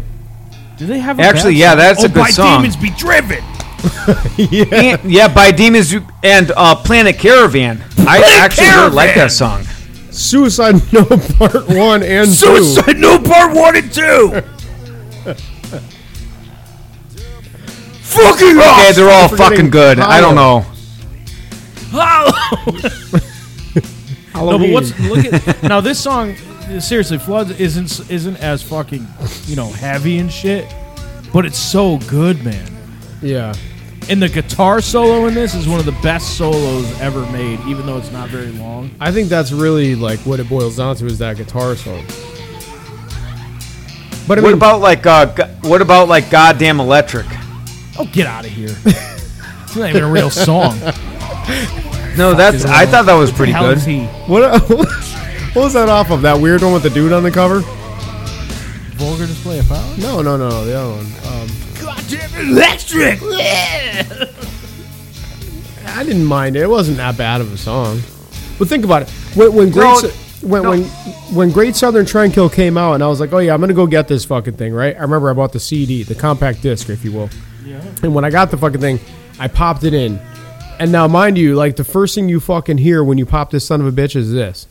Do they have a
Actually,
bad
yeah,
song?
that's a
Oh,
good
by
song.
Demons be driven.
And- yeah, by Demons and uh, Planet Caravan. I actually really like that song.
Suicide Note Part One and Two.
New Part 1 and 2!
Fucking okay, they're all
Forgetting
fucking good. I don't know.
no, but
Oh,
Halloween.
what's. Look at. Now, this song, seriously, Floods isn't, isn't as fucking, you know, heavy and shit, but it's so good, man.
yeah,
And the guitar solo in this is one of the best solos ever made, even though it's not very long.
I think that's really like what it boils down to is that guitar song. But I
What
mean,
about like uh, go- what about like Goddamn Electric?
Oh, get out of here. it's not even a real song.
No, that's
is
I
that?
thought that was pretty
How
good.
is he?
what, what was that off of? That weird one with the dude on the cover?
Vulgar display of power?
No, no, no, the other one. Um,
Electric!
I didn't mind it. It wasn't that bad of a song. But think about it. When, when great
No,
Sou- when,
no.
when when Great Southern Tranquil came out, and I was like, oh yeah, I'm gonna go get this fucking thing, right? I remember I bought the CD, the compact disc, if you will. Yeah. And when I got the fucking thing, I popped it in. And now, mind you, like the first thing you fucking hear when you pop this son of a bitch is this.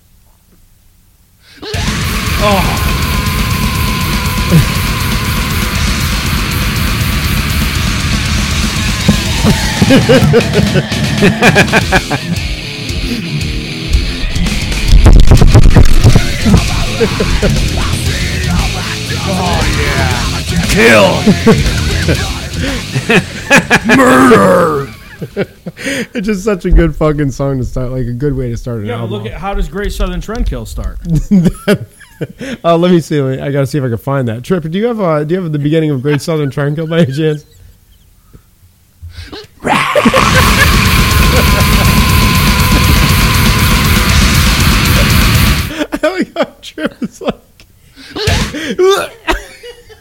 It's just such a good fucking song to start, like a good way to start an
Yeah, but
album.
look at how does Great Southern Trendkill start?
Uh, let me see. let me- I gotta see if I can find that. Trip, do you have uh, do you have the beginning of Great Southern Triangle by any chance? I like how Oh Trip is like,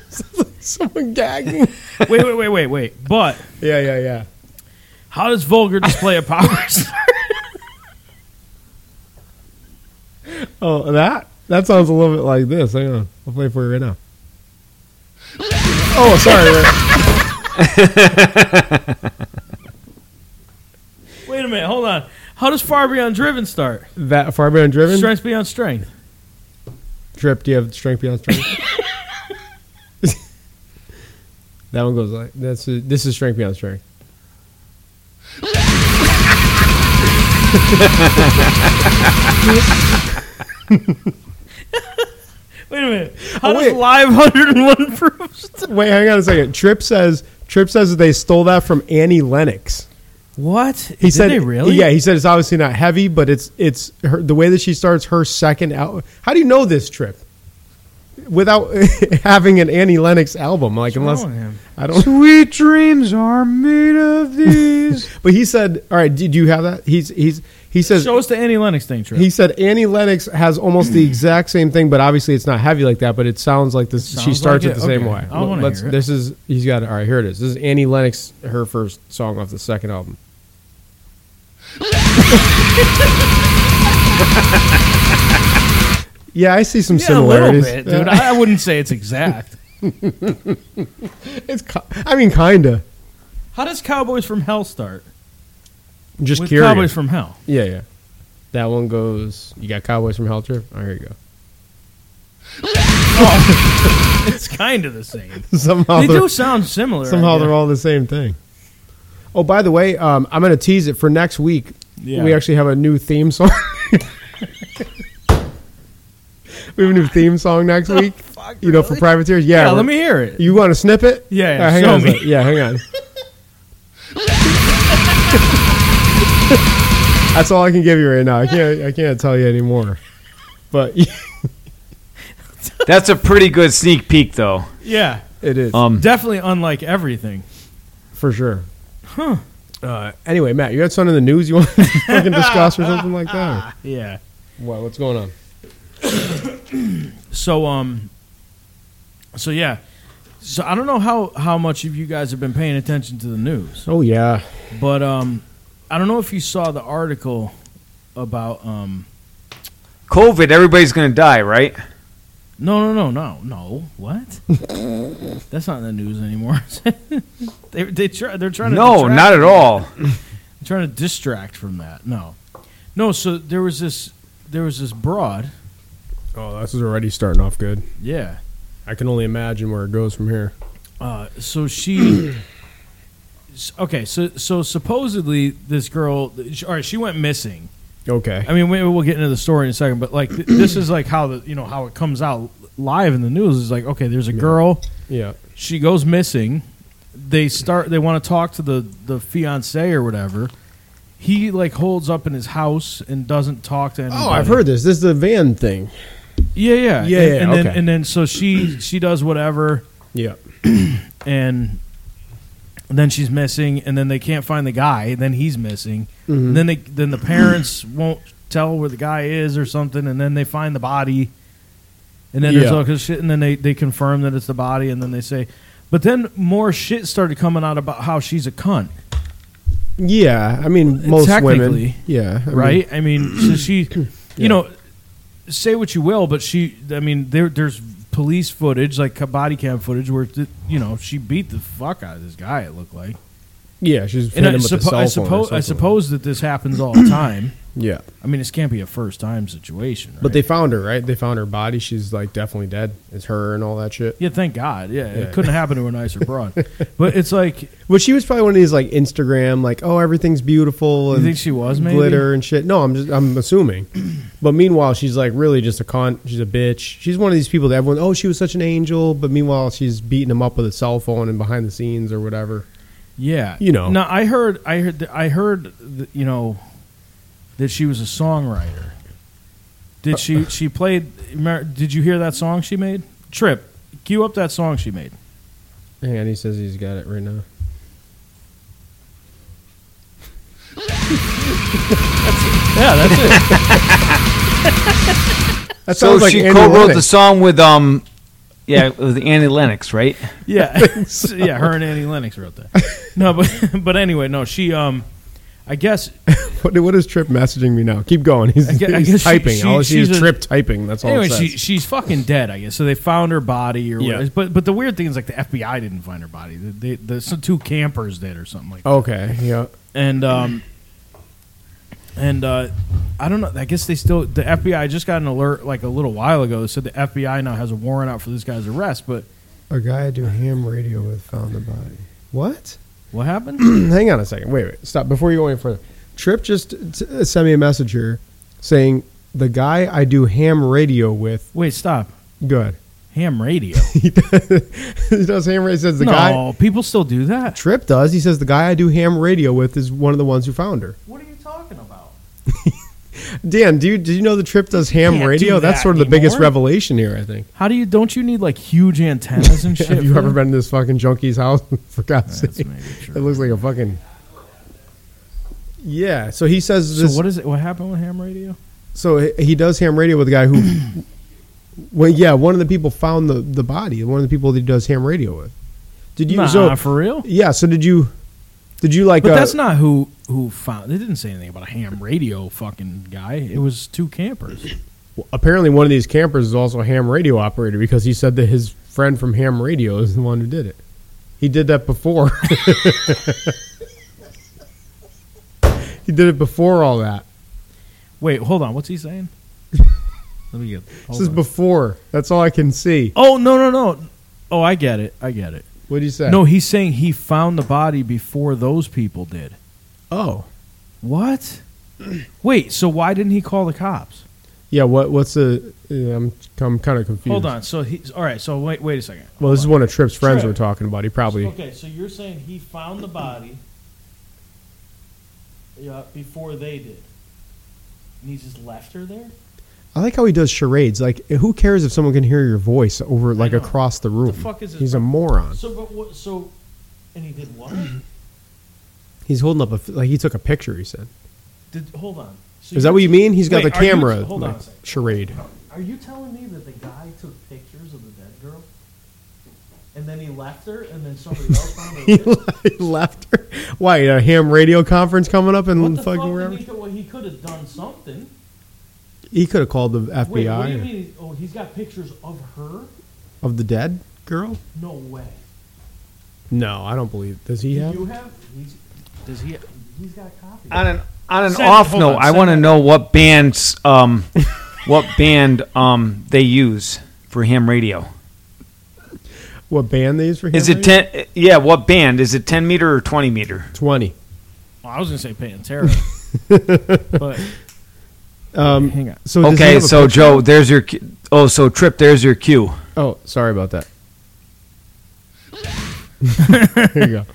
Sounds like someone gagging.
wait, wait, wait, wait, wait. But
Yeah, yeah, yeah.
how does vulgar display of power start?
Oh, that that sounds a little bit like this. Hang on, I'll play for you right now. Oh, sorry. Rick.
Wait a minute, hold on. How does Far Beyond Driven start?
That far beyond driven.
Strength Beyond Strength.
Trip, do you have strength beyond strength? that one goes like that's this is strength beyond strength.
Wait a minute. How
Oh,
does
wait.
Live 101 Proof start?
Wait, hang on a second. Trip says Trip says that they stole that from Annie Lennox.
What?
He
Did
said,
they really?
Yeah, he said it's obviously not heavy, but it's it's her, the way that she starts her second album. How do you know this Trip? Without having an Annie Lennox album, like unless
What's wrong with him?
I don't.
Sweet dreams are made of these.
But he said, "All right, do do you have that?" He's he's he says
Show us the Annie Lennox thing, Trip.
He said Annie Lennox has almost the exact same thing, but obviously it's not heavy like that. But it sounds like this.
Sounds
she starts
like
it
it.
the same
Okay.
way.
I wanna hear it.
This is he's got it. All right, here it is. This is Annie Lennox, her first song off the second album. Yeah, I see some
Yeah, a little
similarities.
bit, dude. I I wouldn't say it's exact.
It's, ki- I mean, kinda.
How does Cowboys from Hell start?
I'm just
With
curious.
Cowboys from Hell.
yeah, yeah. That one goes. You got Cowboys from Hell Trip. Oh, here you go.
It's kind of the same.
Somehow
They
they're-
do sound similar. I
Somehow
guess.
they're all the same thing. Oh, by the way, um, I'm going to tease it for next week.
Yeah.
We actually have a new theme song. we have a new theme song next week. you know, for privateers. Yeah.
Yeah,
we're-
let me hear it.
You want to snip it?
Yeah, yeah,
All right, hang
show
on. a
me.
sec. Yeah, hang on. That's all I can give you right now. I can't. I can't tell you anymore. But
That's a pretty good sneak peek, though.
Yeah,
it is
Um,
definitely unlike everything.
for sure. Huh. Uh, anyway, Matt, you had something in the news you want to fucking discuss or something like that? or-
Yeah.
What, what's going on?
So um. So yeah. So I don't know how how much of you guys have been paying attention to the news,
Oh yeah,
but um, I don't know if you saw the article about um.
COVID, everybody's going to die, right?
No, no, no, no, no. What? That's not in the news anymore. they they try, they're trying to
No,
detract
not at
from
all.
I'm trying to distract from that. No, no. So there was this, there was this broad.
Oh, this is already starting off good.
Yeah.
I can only imagine where it goes from here.
Uh, so she. s- okay. So so supposedly this girl. She, all right. She went missing.
Okay.
I mean, we, we'll get into the story in a second, but like th- this is like how the you know how it comes out live in the news is like okay, there's a girl.
Yeah.
She goes missing. They start. They want to talk to the the fiance or whatever. He like holds up in his house and doesn't talk to anybody.
Oh, I've heard this. This is the van thing.
Yeah,
Yeah,
yeah, and,
yeah,
and then
okay.
and then so she she does whatever,
Yeah.
and then she's missing, and then they can't find the guy, and then he's missing,
Mm-hmm.
and then they then the parents won't tell where the guy is or something, and then they find the body, and then there's
Yeah.
all this shit, and then they they confirm that it's the body, and then they say, but then more shit started coming out about how she's a cunt,
Yeah. I mean, most women.
Technically,
Yeah. I mean,
right? I mean, so she, you
Yeah.
know, say what you will, but she, I mean, there, there's police footage, like ca- body cam footage, where th- you know she beat the fuck out of this guy. It looked like,
yeah. She's hitting
and I,
him with the
suppo-
cell phone
I
or
suppose, I
something.
suppose that this happens all the time.
Yeah.
I mean, this can't be a first time situation,
But
right?
they found her, right? They found her body. She's like definitely dead. It's her and all that shit.
yeah, thank God. Yeah,
Yeah.
it couldn't happen to a nicer broad. but it's like,
But she was probably one of these like Instagram, like oh everything's beautiful.
You
And
think she was, maybe?
glitter and shit? No, I'm just I'm assuming. but meanwhile, she's like really just a con. She's a bitch. She's one of these people that everyone oh she was such an angel, but meanwhile she's beating him up with a cell phone and behind the scenes or whatever.
yeah,
You know.
Now I heard, I heard, th- I heard, th- you know, that she was a songwriter. Did
Uh,
she? She played. remember- Did you hear that song she made? Trip, cue up that song she made.
And he says he's got it right now.
Yeah, that's it.
That
So
sounds like
she
Annie
co-wrote
Lennox.
the song with um, yeah, with Annie Lennox, right?
yeah, yeah. Her and Annie Lennox wrote that. No, but but anyway, no. She um, I guess
What, what is Trip messaging me now? Keep going. He's,
I guess- I
he's
guess she-
typing.
she-
all she
she's
is
a-
Trip typing. That's all.
anyway
it says.
she she's fucking dead. I guess so. They found her body or
Yeah.
whatever. But but the weird thing is like the FBI didn't find her body. They, they, the some two campers did or something
Oh.
like. that.
okay. Yeah.
and um, and uh, I don't know. I guess they still the FBI just got an alert like a little while ago. that Said the FBI now has a warrant out for this guy's arrest. But
A guy I do ham radio with found the body. What?
what happened?
Hang on a second. Wait, wait. Stop. Before you go any further, Trip just t- uh, sent me a message here saying the guy I do ham radio with.
Wait, stop.
Good.
Ham radio.
he does ham radio. Says the
no,
guy.
people still do that.
Trip does. He says the guy I do ham radio with is one of the ones who found her.
What are you talking about?
Dan, do you did you know the Trip does ham
can't
radio?
do
That's
that
sort of the biggest
anymore.
revelation here, I think.
How do you? Don't you need like huge antennas and shit?
Have you
for
ever
that?
been to this fucking junkie's house? For God's
That's
sake,
maybe true.
it looks like a fucking. Yeah, so he says
So
this.
what is it? What happened with ham radio?
So he- he does ham radio with a guy who, well, yeah, one of the people found the the body. One of the people that he does ham radio with. Did you?
nah,
so
for real?
yeah. So did you? Did you like?
But
uh,
that's not who who found. They didn't say anything about a ham radio fucking guy. It was two campers.
apparently one of these campers is also a ham radio operator because he said that his friend from ham radio is the one who did it. He did that before. he did it before all that.
Wait, hold on. What's he saying? Let me get. hold
this is
on.
before. That's all I can see.
oh no no no. Oh, I get it. I get it.
What do you say?
No, he's saying he found the body before those people did.
Oh.
What? Wait. So why didn't he call the cops?
Yeah. What? What's the? yeah, I'm I'm kind of confused.
Hold on. So he's all right. So wait. Wait a second.
Well, this is one of Tripp's friends
Tripp.
we're talking about. He probably.
Okay, so you're saying he found the body yeah, before they did. And he just left her there?
I like how he does charades. Like, who cares if someone can hear your voice over like
know.
across the room?
The fuck is this?
He's a moron.
So, but what, so, and he did what?
He's holding up a f- like he took a picture. He said.
did, hold on. So
Is that what you mean? He's got
Wait,
the
are you-
camera
hold on a
like,
second.
charade.
Are you telling me that the guy took pictures of the dead girl? And then he left her, and then somebody else found her?
he left her. Why? A ham radio conference coming up
what
and
the fuck?
fucking
did
wherever?
he, do? well, he could have done something.
He could have called the FBI
Wait, what do you mean? Oh, he's got pictures of her?
of the dead girl.
No way.
No, I don't believe. Does he have?
You have? He's, does he? He's got copies.
on an on an
Send-
off
hold
note,
on,
I
send
want to
that.
know what bands um what band um they use for ham radio.
What band they use for him?
Is it ten? Yeah, what band is it? Ten meter or twenty meter?
twenty?
Well, I was gonna say Pantera, but
Um,
hang on.
So does he
Okay,
have a
so
picture?
Joe, there's your cu- oh, so Trip, there's your cue.
Oh, sorry about that. Here you go.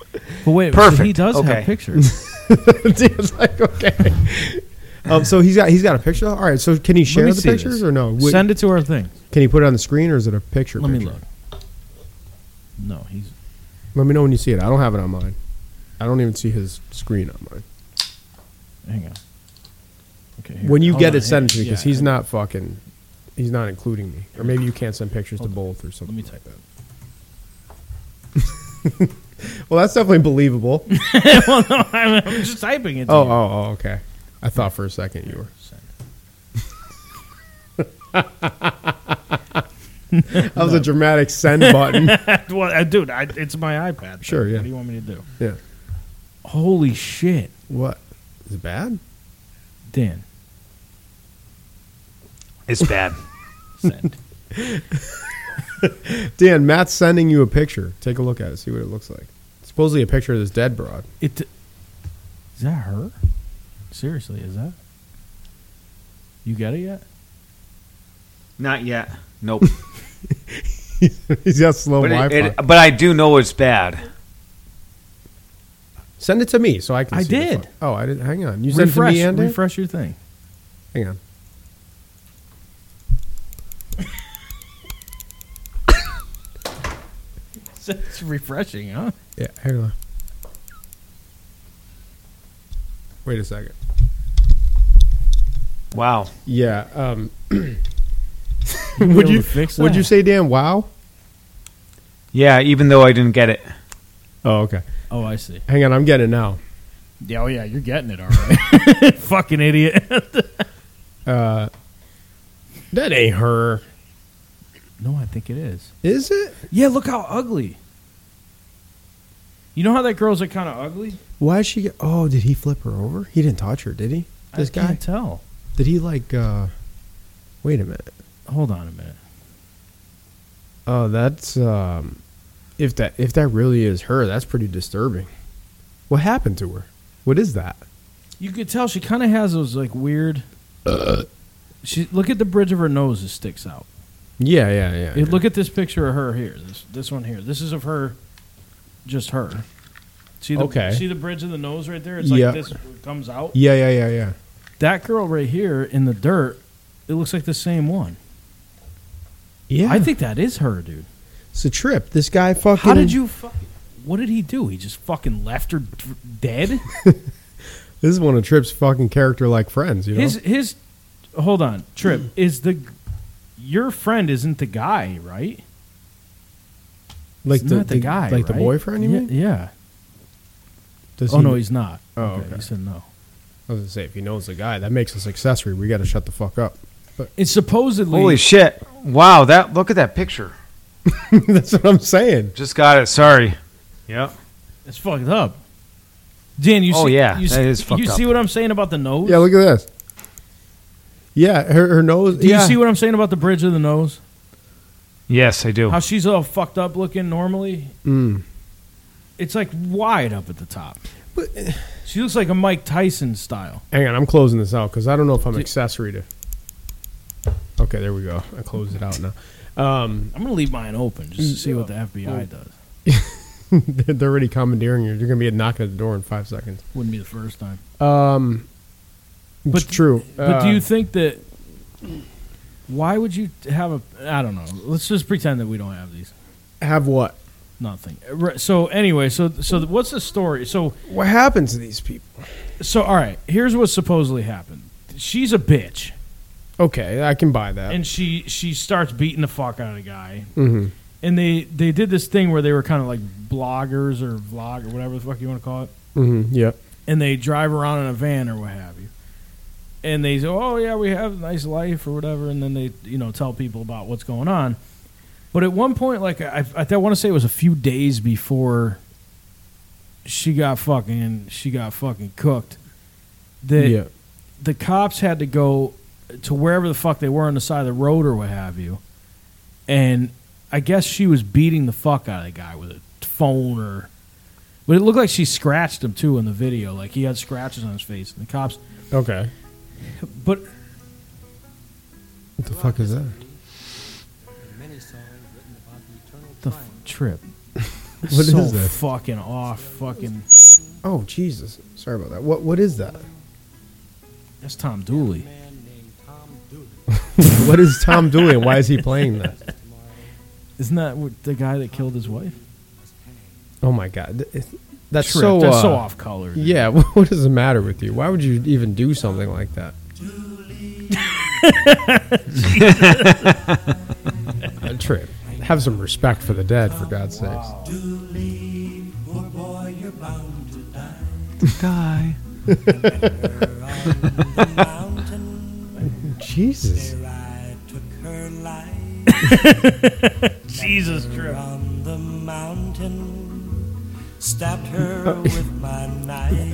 But wait,
Perfect.
so he does
Okay.
have pictures.
Dan's like, okay. Um, so he's got he's got a picture. All right. So can he
Let me
share the
see
pictures
this.
or no? Would-
Send it to our thing.
can he put it on the screen or is it a picture?
Let me
picture?
look. No, he's
Let me know when you see it. I don't have it on mine. I don't even see his screen on mine.
hang on. Okay, here.
when you
Hold
get
on,
it,
hang
send
on.
it to me because
Yeah,
he's not fucking. He's not including me, or maybe you can't send pictures to both or
Let
something.
me type that.
Well, that's definitely believable.
well, no, I'm, I'm just typing it. To
oh,
you.
oh, oh, okay. I thought for a second you were.
Send.
That was a dramatic send button.
well, uh, dude, I, it's my iPad.
Sure, yeah.
What do you want me to do?
Yeah.
Holy shit,
What? Is it bad?
Dan!
It's bad.
Send.
Dan, Matt's sending you a picture. Take a look at it. See what it looks like. Supposedly a picture of this dead broad.
It is that her? Seriously, is that? You got it yet?
Not yet. Nope.
he's got slow
but, it,
Wi-Fi.
it- but I do know it's bad.
send it to me so I can.
I
see the
did.
fu- Oh, I did. Hang on. You sent it to
refresh,
me, Andy.
refresh your thing.
Hang on.
It's refreshing, huh?
Yeah, hang on. Wait a second.
Wow.
Yeah. Um, would
able
you
to fix
would
that.
you say Dan? Wow.
Yeah, even though I didn't get it.
Oh, okay.
Oh, I see.
Hang on, I'm getting it now.
Yeah, oh yeah, you're getting it all right. Fucking idiot.
That ain't her,
no, I think it is.
is it?
Yeah, look how ugly. You know how that girl's like kind of ugly?
Why is she? get- Oh, did he flip her over? He didn't touch her, did he? This
I
guy?
can't tell.
Did he like? uh Wait a minute.
Hold on a minute.
Oh, that's um, if that if that really is her, that's pretty disturbing. What happened to her? What is that?
You could tell she kind of has those like weird.
Uh.
She look at the bridge of her nose that sticks out.
Yeah, yeah, yeah.
Hey,
yeah.
look at this picture of her here. This this one here. This is of her, just her. See the
Okay.
see the bridge of the nose right there. It's
Yeah.
like this comes out.
yeah, yeah, yeah, yeah.
That girl right here in the dirt. It looks like the same one.
Yeah,
I think that is her, dude.
it's a trip. This guy fucking.
How did you? Fuck, what did he do? He just fucking left her d- dead.
This is one of Tripp's fucking character like friends, you know?
His his. Hold on, Trip is the. Your friend isn't the guy, right?
like
It's not the, guy,
Like the
right?
boyfriend, you
yeah,
mean?
Yeah.
Does
Oh
he-
no, he's not.
Oh, okay.
He said no.
I was gonna say if he knows the guy, that makes us accessory. We got to shut the fuck up.
It's supposedly
Holy shit! Wow, that look at that picture.
That's what I'm saying.
Just got it. Sorry. Yep.
it's fucked up. Dan, you
Oh,
see,
yeah,
you
that
see,
is fucked
you
up.
see what I'm saying about the nose?
Yeah, look at this. Yeah, her, her nose.
Do
yeah.
you see what I'm saying about the bridge of the nose?
Yes, I do.
How she's all fucked up looking normally.
Mm.
It's like wide up at the top.
But- eh.
she looks like a Mike Tyson style.
Hang on, I'm closing this out because I don't know if I'm accessory to. Okay, there we go. I closed it out now. Um,
I'm gonna leave mine open just to
Mm,
see what the FBI does.
they're they're already commandeering you. You're gonna be a knocking at the door in five seconds.
Wouldn't be the first time.
Um,
But-
it's true.
But do
Uh,
you think that? Why would you have a? I don't know. Let's just pretend that we don't have these.
have what?
Nothing. Right, So anyway, so so what's the story? So
What happened to these people?
so all right. Here's what supposedly happened. She's a bitch,
Okay, I can buy that.
and she she starts beating the fuck out of the guy.
hmm
And they they did this thing where they were kind of like bloggers or vlog or whatever the fuck you want to call it.
hmm Yep.
and they drive around in a van or what have you. And they say, "Oh yeah, we have a nice life or whatever," and then they you know tell people about what's going on. But at one point, like I, I, I want to say it was a few days before she got fucking she got fucking cooked. That
yeah.
the cops had to go to wherever the fuck they were on the side of the road or what have you. And I guess she was beating the fuck out of the guy with a phone or. But it looked like she scratched him too in the video. Like he had scratches on his face. And the cops.
Okay.
But
What the fuck is that?
the f- trip.
What
so
is that?
fucking off. Fucking.
Oh Jesus! Sorry about that. What what is that?
That's Tom Dooley.
what is Tom doing? Why is he playing that?
Isn't that what- the guy that killed his wife?
Oh my God! Th- it- That's
Trip.
so
That's so
uh,
off color. dude.
Yeah. What is the matter with you? Why would you even do something like that? A trip. Have some respect for the dead, for God's sakes.
Die.
Jesus.
Jesus Trip.
on the mountain, stabbed her with my knife.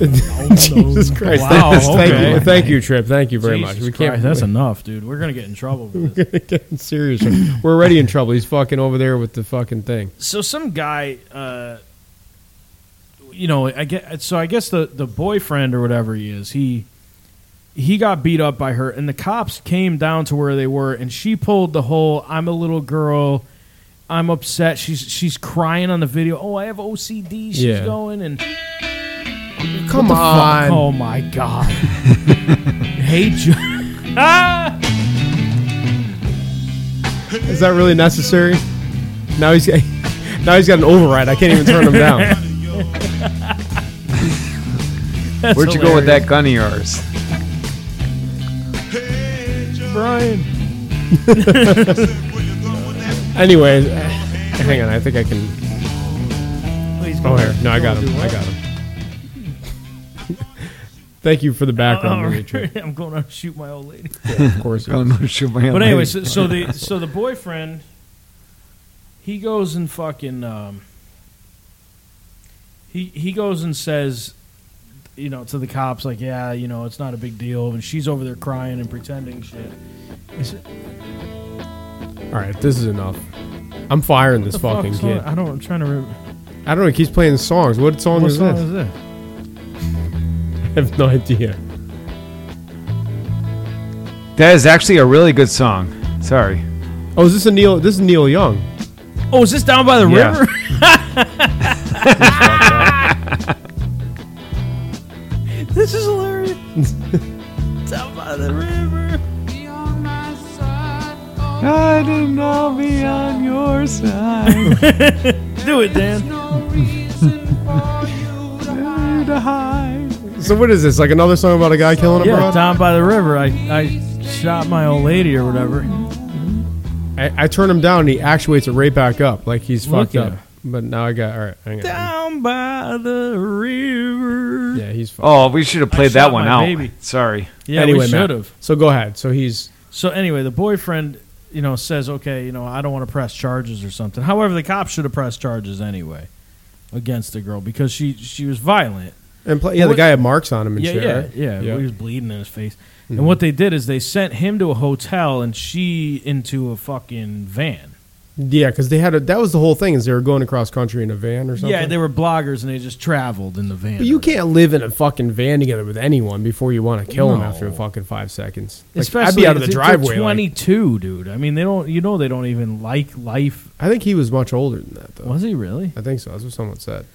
Jesus Christ.
Oh, Wow,
Thank- thank,
okay.
you, thank you, Trip. Thank you very
Jesus
much. We can't.
Christ, that's enough, dude. We're gonna get in trouble. For this.
Getting serious. We're already in trouble. He's fucking over there with the fucking thing.
so some guy uh you know i get so i guess the the boyfriend or whatever he is he he got beat up by her and the cops came down to where they were and she pulled the whole i'm a little girl i'm upset she's she's crying on the video oh i have ocd she's
Yeah.
going and
Come
Fuck, oh my god hey jo- ah!
Is that really necessary? Now he's got, now he's got an override. I can't even turn him down.
Where'd you go with that gun of yours?
brian
Anyway, uh, hang on. I think I can. Oh, here. No, I got him. I got him. Thank you for the background,
Oh,
Maria Trip.
i'm going to shoot my old lady
Of course.
Gun of shoot my
But
own
anyway,
leg.
so, so the so the boyfriend, he goes and fucking um, he he goes and says, you know, to the cops like, yeah, you know, it's not a big deal, and she's over there crying and pretending shit. Is it-
All right, this is enough. I'm firing this
the fuck
fucking
song?
kid.
Oh, I don't. I'm trying to remember.
I don't know. He keeps playing songs. What song
What
is
song
this?
is this?
I have no idea.
that is actually a really good song. Sorry.
Oh, is this a Neil? This is Neil Young.
Oh, is this down by the
Yeah.
river? this is hilarious. down by the river.
I did not be on your side.
Do it, Dan.
So what is this? Like another song about a guy killing a
Yeah,
broad?
down by the river. I, I shot my old lady or whatever.
I, I turn him down and he actuates it right back up like he's
Look
fucked
at
up.
him.
but now I got all right. Hang on.
Down by the river.
Yeah, he's fine.
Oh, we should have played that
shot
one
my
out.
baby.
Sorry.
Yeah,
anyway,
we
Matt,
should have.
So go ahead. So he's
So anyway, the boyfriend, you know, says, "Okay, you know, I don't want to press charges or something." However, the cops should have pressed charges anyway against the girl because she she was violent.
and play, yeah, the
What-
guy had marks on him and
yeah,
shit.
yeah,
right?
yeah, He was bleeding in his face.
Mm-hmm.
And what they did is they sent him to a hotel and she into a fucking van.
Yeah, because they had a, that was the whole thing is they were going across country in a van or something.
Yeah, they were bloggers and they just traveled in the van.
But you can't live in a fucking van together with anyone before you want to kill them after
No.
fucking five seconds. Like,
Especially
I'd be out of the
if they're
driveway. like-
Twenty-two, dude. I mean, they don't. You know, they don't even like life.
I think he was much older than that though.
Was he really?
I think so. That's what someone said.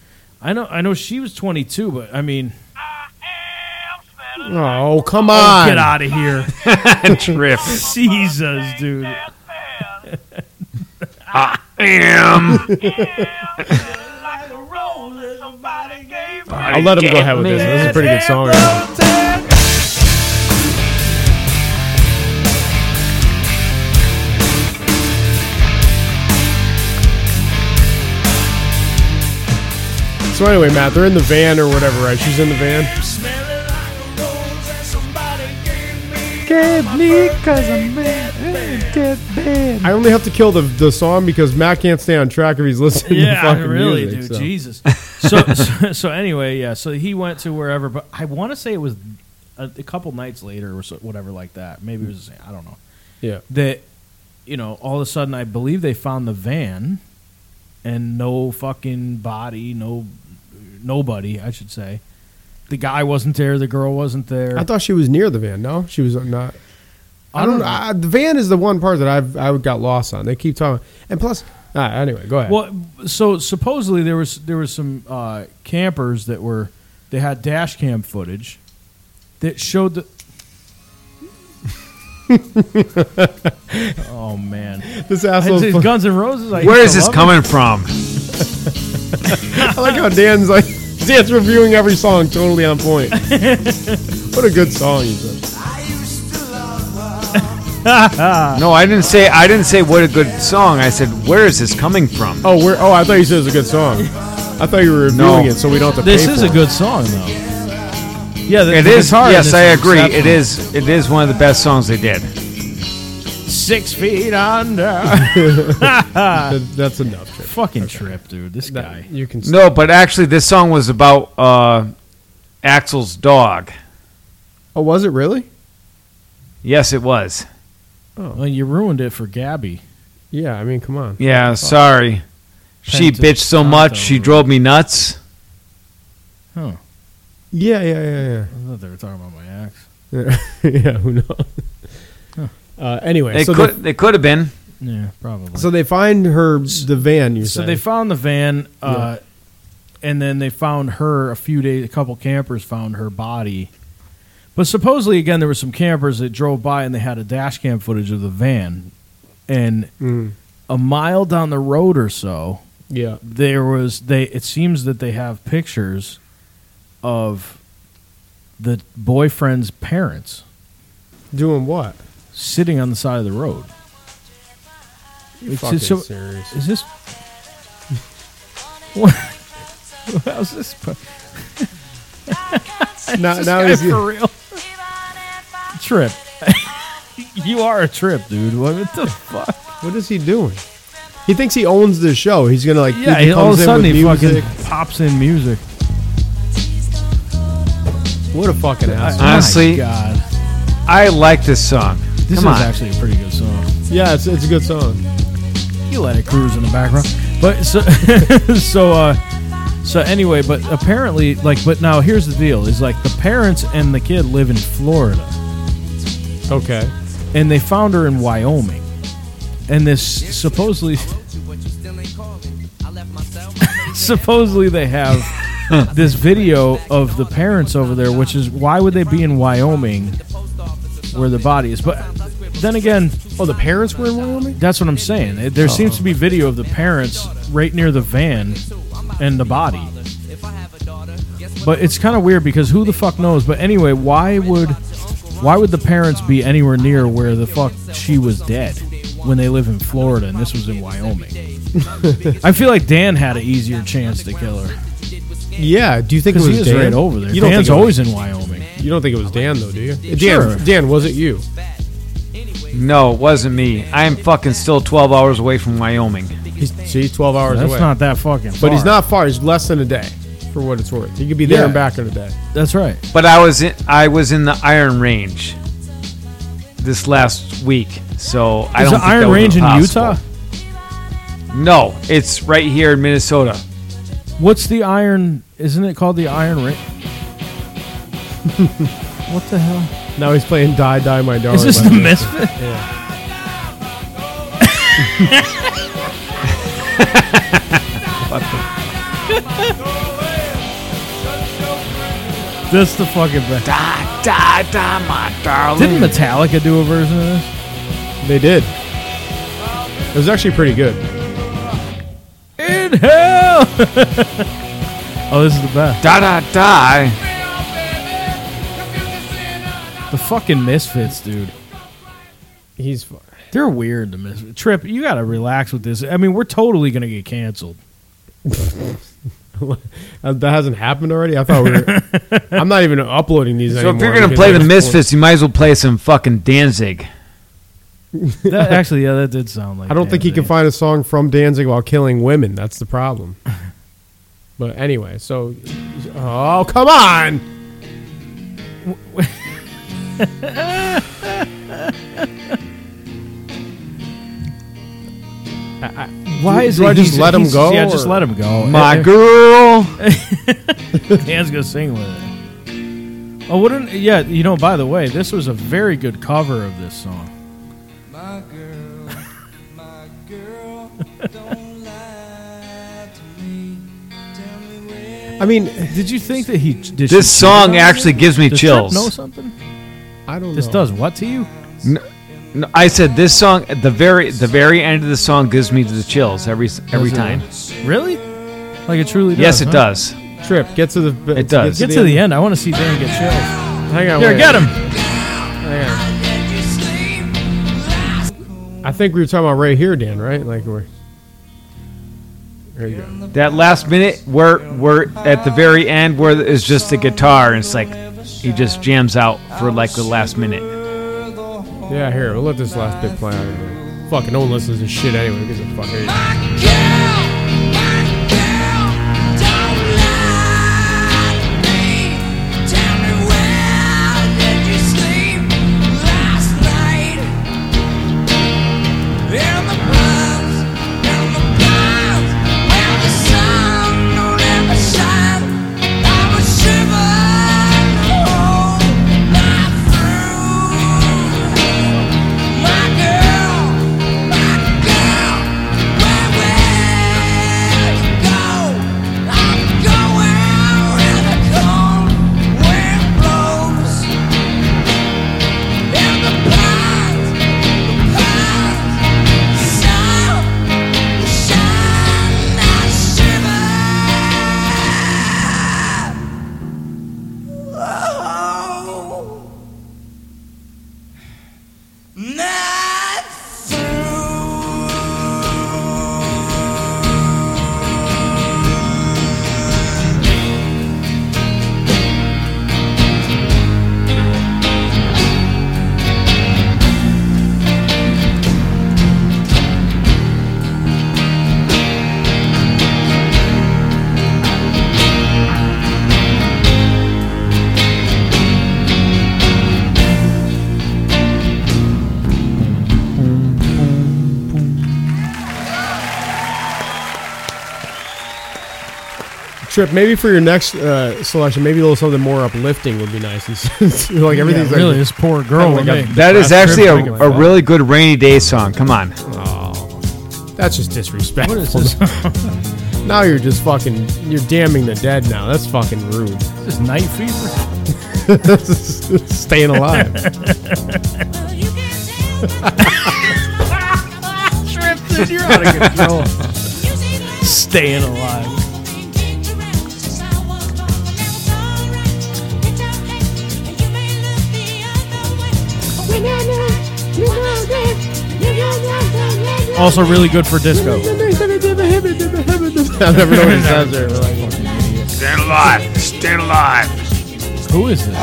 I know. I know she was twenty-two, but I mean,
Oh come
oh,
on!
get out of here.
Trip.
Jesus, dude.
Am.
I'll let him go ahead with this. This is a pretty good song. right? So anyway, Matt, they're in the van or whatever, right? She's in the van. I only have to kill the, the song because Matt can't stay on track if he's listening. to
Yeah,
fucking
really,
music,
dude.
so.
Jesus. So, so, so anyway, yeah. So he went to wherever, but I want to say it was a, a couple nights later or so, whatever, like that. Maybe it was. the same, I don't know.
Yeah,
That you know, all of a sudden, I believe they found the van, and no fucking body, no nobody, I should say. The guy wasn't there. The girl wasn't there.
I thought she was near the van. No, she was not. I don't. I, the van is the one part that I've I got lost on. They keep talking, and plus, ah, anyway, go ahead.
Well, so supposedly there was there was some uh, campers that were they had dash cam footage that showed the. oh man!
this
I,
asshole.
it's Guns N' Roses. I
Where is this
love it.
coming from?
I like how Dan's like Dan's reviewing every song totally on point. what a good song he said.
No, I didn't say. I didn't say what a good song. I said where is this coming from?
Oh, we're oh I thought you said it was a good song. I thought you were reviewing
No.
it so we don't have to.
This
pay
is
for
a good song though. Yeah, the,
It
the
is.
guitar in
Yes,
this
I agree. It
exceptional.
is. It is one of the best songs they did.
six feet under.
That- that's enough. Trip.
Fucking trip, dude. This
That-
guy.
you can.
No, but actually, this song was about uh, Axel's dog.
Oh, was it really?
Yes, it was.
Well, you ruined it for Gabby.
Yeah, I mean, come on.
Yeah, sorry. She
Penta-
bitched so
Penta-
much, she drove me nuts.
Yeah, yeah, yeah, yeah.
I thought they were talking about my axe.
yeah, who knows? Uh, anyway,
It
so
could. It could have been.
Yeah, probably.
they, so they find her the van. You
So
said
they found the van, uh, and then they found her a few days. A couple campers found her body, but supposedly again there were some campers that drove by and they had a dash cam footage of the van, and
Hmm.
a mile down the road or so,
yeah,
there was they. It seems that they have pictures of the boyfriend's parents
doing what?
sitting on the side of the road.
You
It's-
fucking
it's so-
serious?
Is this what? How's this? po-
Now,
This
now
guy
he's
for real. Trip. you are a trip, dude. What the fuck?
what is he doing? He thinks he owns the show. He's gonna like
Yeah,
he
he- all of
comes
a
in
sudden
with
he
music.
fucking pops in music.
What a fucking asshole!
Honestly,
My God.
I like this song.
This
Come
is
on.
actually a pretty good song.
yeah, it's, it's a good song.
You let it cruise in the background. But so so uh so anyway, but apparently like but now here's the deal is like the parents and the kid live in Florida.
Okay,
and they found her in Wyoming. And this supposedly, supposedly they have this video of the parents over there, which is why would they be in Wyoming where the body is? But then again,
oh the parents were in Wyoming.
that's what I'm saying. It- There seems to be video of the parents right near the van and the body. But it's kind of weird because who the fuck knows? But anyway, why would why would the parents be anywhere near where the fuck she was dead? when they live in Florida and this was in Wyoming. I feel like Dan had an easier chance to kill her
Yeah. Do you think it
because
was,
he was
Dan?
right over there.
You don't
Dan's
think it was-
always in Wyoming.
You don't think it was Dan though, do you? Dan,
Sure.
Dan, was it you?
No, it wasn't me. I am fucking still 12 hours away from Wyoming.
He's see, twelve hours
That's
away.
not that fucking.
but
far.
he's not far. He's less than a day, for what it's worth. He could be there
Yeah.
and back in a day.
That's right.
But I was in, I was in the Iron Range this last week, so I
Is
don't.
the
think that
Iron
would've
Range in
been
Utah?
possible. No, it's right here in Minnesota.
What's the Iron? Isn't it called the Iron Range? what the hell?
Now he's playing Die Die My Darling.
Is this
by
the Misfit? Just the fucking best.
Da da da, my darling.
Didn't Metallica do a version of this?
They did. It was actually pretty good.
In hell! oh, this is the best.
Da da da.
The fucking Misfits, dude.
He's fu-
They're weird. The Misfits. Trip, you gotta relax with this. I mean, we're totally gonna get canceled.
uh, that hasn't happened already. I thought we were. I'm not even uploading these
So
anymore.
if you're gonna
because
play
I
the
just-
Misfits, you might as well play some fucking Danzig.
That, actually, yeah, that did sound like.
I don't think he can
Danzig.
find a song from Danzig while killing women. That's the problem. But anyway, so oh come on!
Why
Do-
is
do
it
I just
he's-
let him
he's-
go,
Yeah, just
or-
let him go.
My
Eh,
girl.
Dan's gonna sing with it. Oh, wouldn't? Yeah, you know. By the way, this was a very good cover of this song.
My girl, my girl, don't lie to me. Tell me where.
I mean,
Did you think that he did she
This
cheat
song
on him?
actually gives me
Does Trip
chills.
Know something?
I don't.
This
know.
does what to you?
No, I said this song at the very the very end of the song gives me the chills every every
Does it?
time.
Really? Like it truly does?
Yes, it
huh?
does.
trip. Get to the.
It does.
Get to the end. I want to see Dan get chills.
Hang on.
Here,
wait.
get him.
I think we were talking about right here, Dan. Right? Like we're. There you go.
That last minute, we're we're at the very end where it's just the guitar and it's like he just jams out for like the last minute.
Yeah, here. We'll let this last bit play out. Here. Fucking no one listens to shit anyway. Who gives a fuck? Here you go.
Oh. Not through.
Trip, maybe for your next uh, selection, maybe a little something more uplifting would be nice. It's like "Oh everything's
Yeah,
like,
really, this poor girl.
Kinda like
with
a-
me.
That is
Last
actually a,
trip,
a really good rainy day song. Come on,
that's just disrespectful.
What is this?
Now you're just fucking you're damning the dead. Now that's fucking rude.
this night fever?
Staying alive.
You're out of control. Staying alive.
You know, you know that, you know that.
Also, really good for disco.
I never know what he says there. but like,
Stand alive. Stand alive.
Who is this?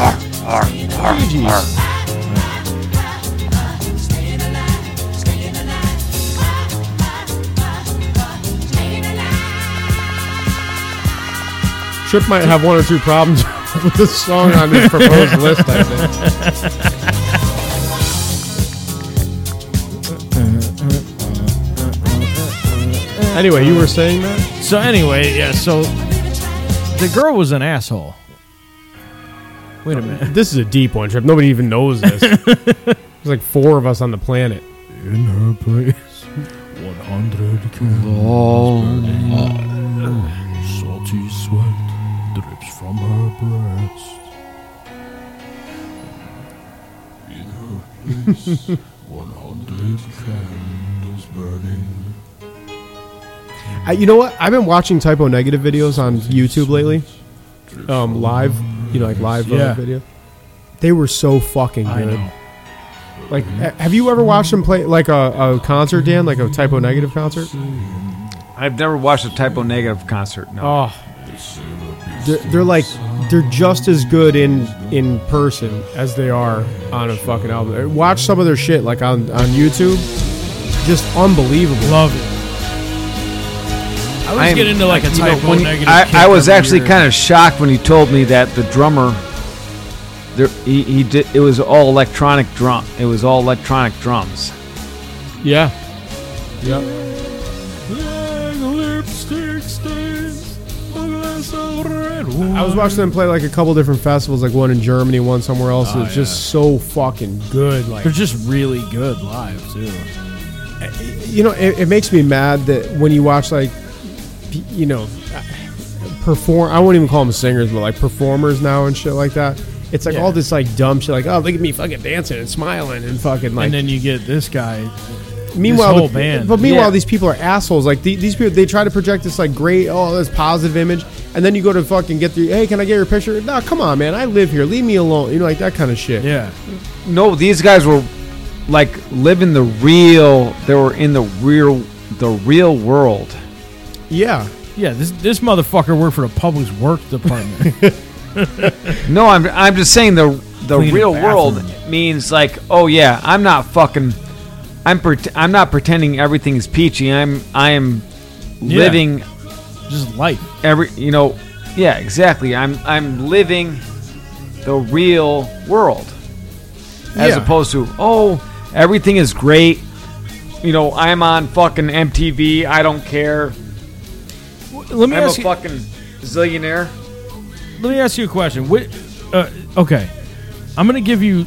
Chip might have one or two problems with this song on his proposed list, I think. Anyway, you were saying that?
So anyway, yeah. So the girl was an asshole. Wait a minute.
This is a deep one, Trip. Nobody even knows this. There's like four of us on the planet. In her place.
One hundred salty sweat drips from her breast. One hundred candles burning.
I, you know what? I've been watching typo negative videos on YouTube lately. Um, live, you know, like live uh,
Yeah.
video. They were so fucking
I
good.
know.
Like, ha- have you ever watched them play like a, a concert, Dan? Like a typo negative concert?
I've never watched a typo negative concert. No.
Oh, they're, they're like they're just as good in in person as they are on a fucking album. Watch some of their shit like on on YouTube. Just unbelievable.
Love it. I was
I'm-
getting into like a
you know,
typo
when you-
negative. kick
I, I was
every
actually
year.
kind of shocked when he told me that the drummer, there, he, he did. It was all electronic drum. It was all electronic drums.
Yeah. Yep. I was watching them play like a couple different festivals, like one in Germany, one somewhere else.
Oh,
it's just so fucking good. Like
They're just really good live too.
you know, it, it makes me mad that when you watch like, p- you know, perform. I won't even call them singers, but like performers now and shit like that. It's like
Yeah.
all this like dumb shit, like oh look at me fucking dancing and smiling and fucking like.
and then you get this guy.
meanwhile,
whole
the-
band.
but meanwhile
Yeah.
these people are assholes. Like the, these people, they try to project this like great, oh this positive image, and then you go to fucking get the hey, can I get your picture? Nah, come on, man, I live here, leave me alone. You know, like that kind of shit.
Yeah.
No, these guys were like living the real. They were in the real, the real world.
yeah.
Yeah, this this motherfucker worked for the public's work department.
No, I'm I'm just saying the the
Clean
real
bathroom.
world means like, oh yeah, I'm not fucking, I'm pret I'm not pretending everything's peachy. I'm I am
Yeah.
living
just life.
every you know, yeah, exactly. I'm I'm living the real world as
Yeah.
opposed to oh everything is great. You know, I'm on fucking MTV. I don't care.
Let me
I'm a
ask you.
fucking zillionaire.
let me ask you a question. Whi- uh, okay, I'm gonna give you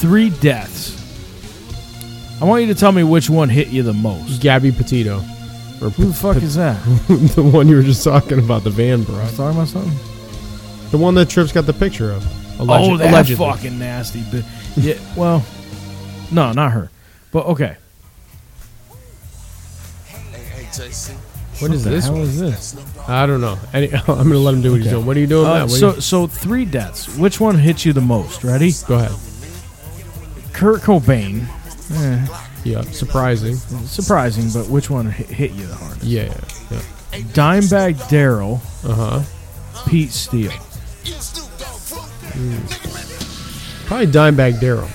three deaths. I want you to tell me which one hit you the most.
Gabby Petito, or
Who the fuck is that?
the one you were just talking about, the van bro.
Talking about something?
The one that Tripp's got the picture of. Alleged-
Oh, that
allegedly.
fucking nasty bitch. Yeah. Well, no, not her. But okay.
What is
The
this?
hell
one?
is this?
I don't know. Any, I'm going to let him do what he's doing. What are you doing?
Uh,
Matt? What are
so,
you-
so three deaths. Which one hit you the most? Ready?
go ahead.
Kurt Cobain.
Yeah, surprising.
Surprising, but which one hit, hit you the hardest?
Yeah, yeah, yeah.
Dimebag Daryl,
Uh huh.
Pete Steele.
Probably Dimebag Daryl.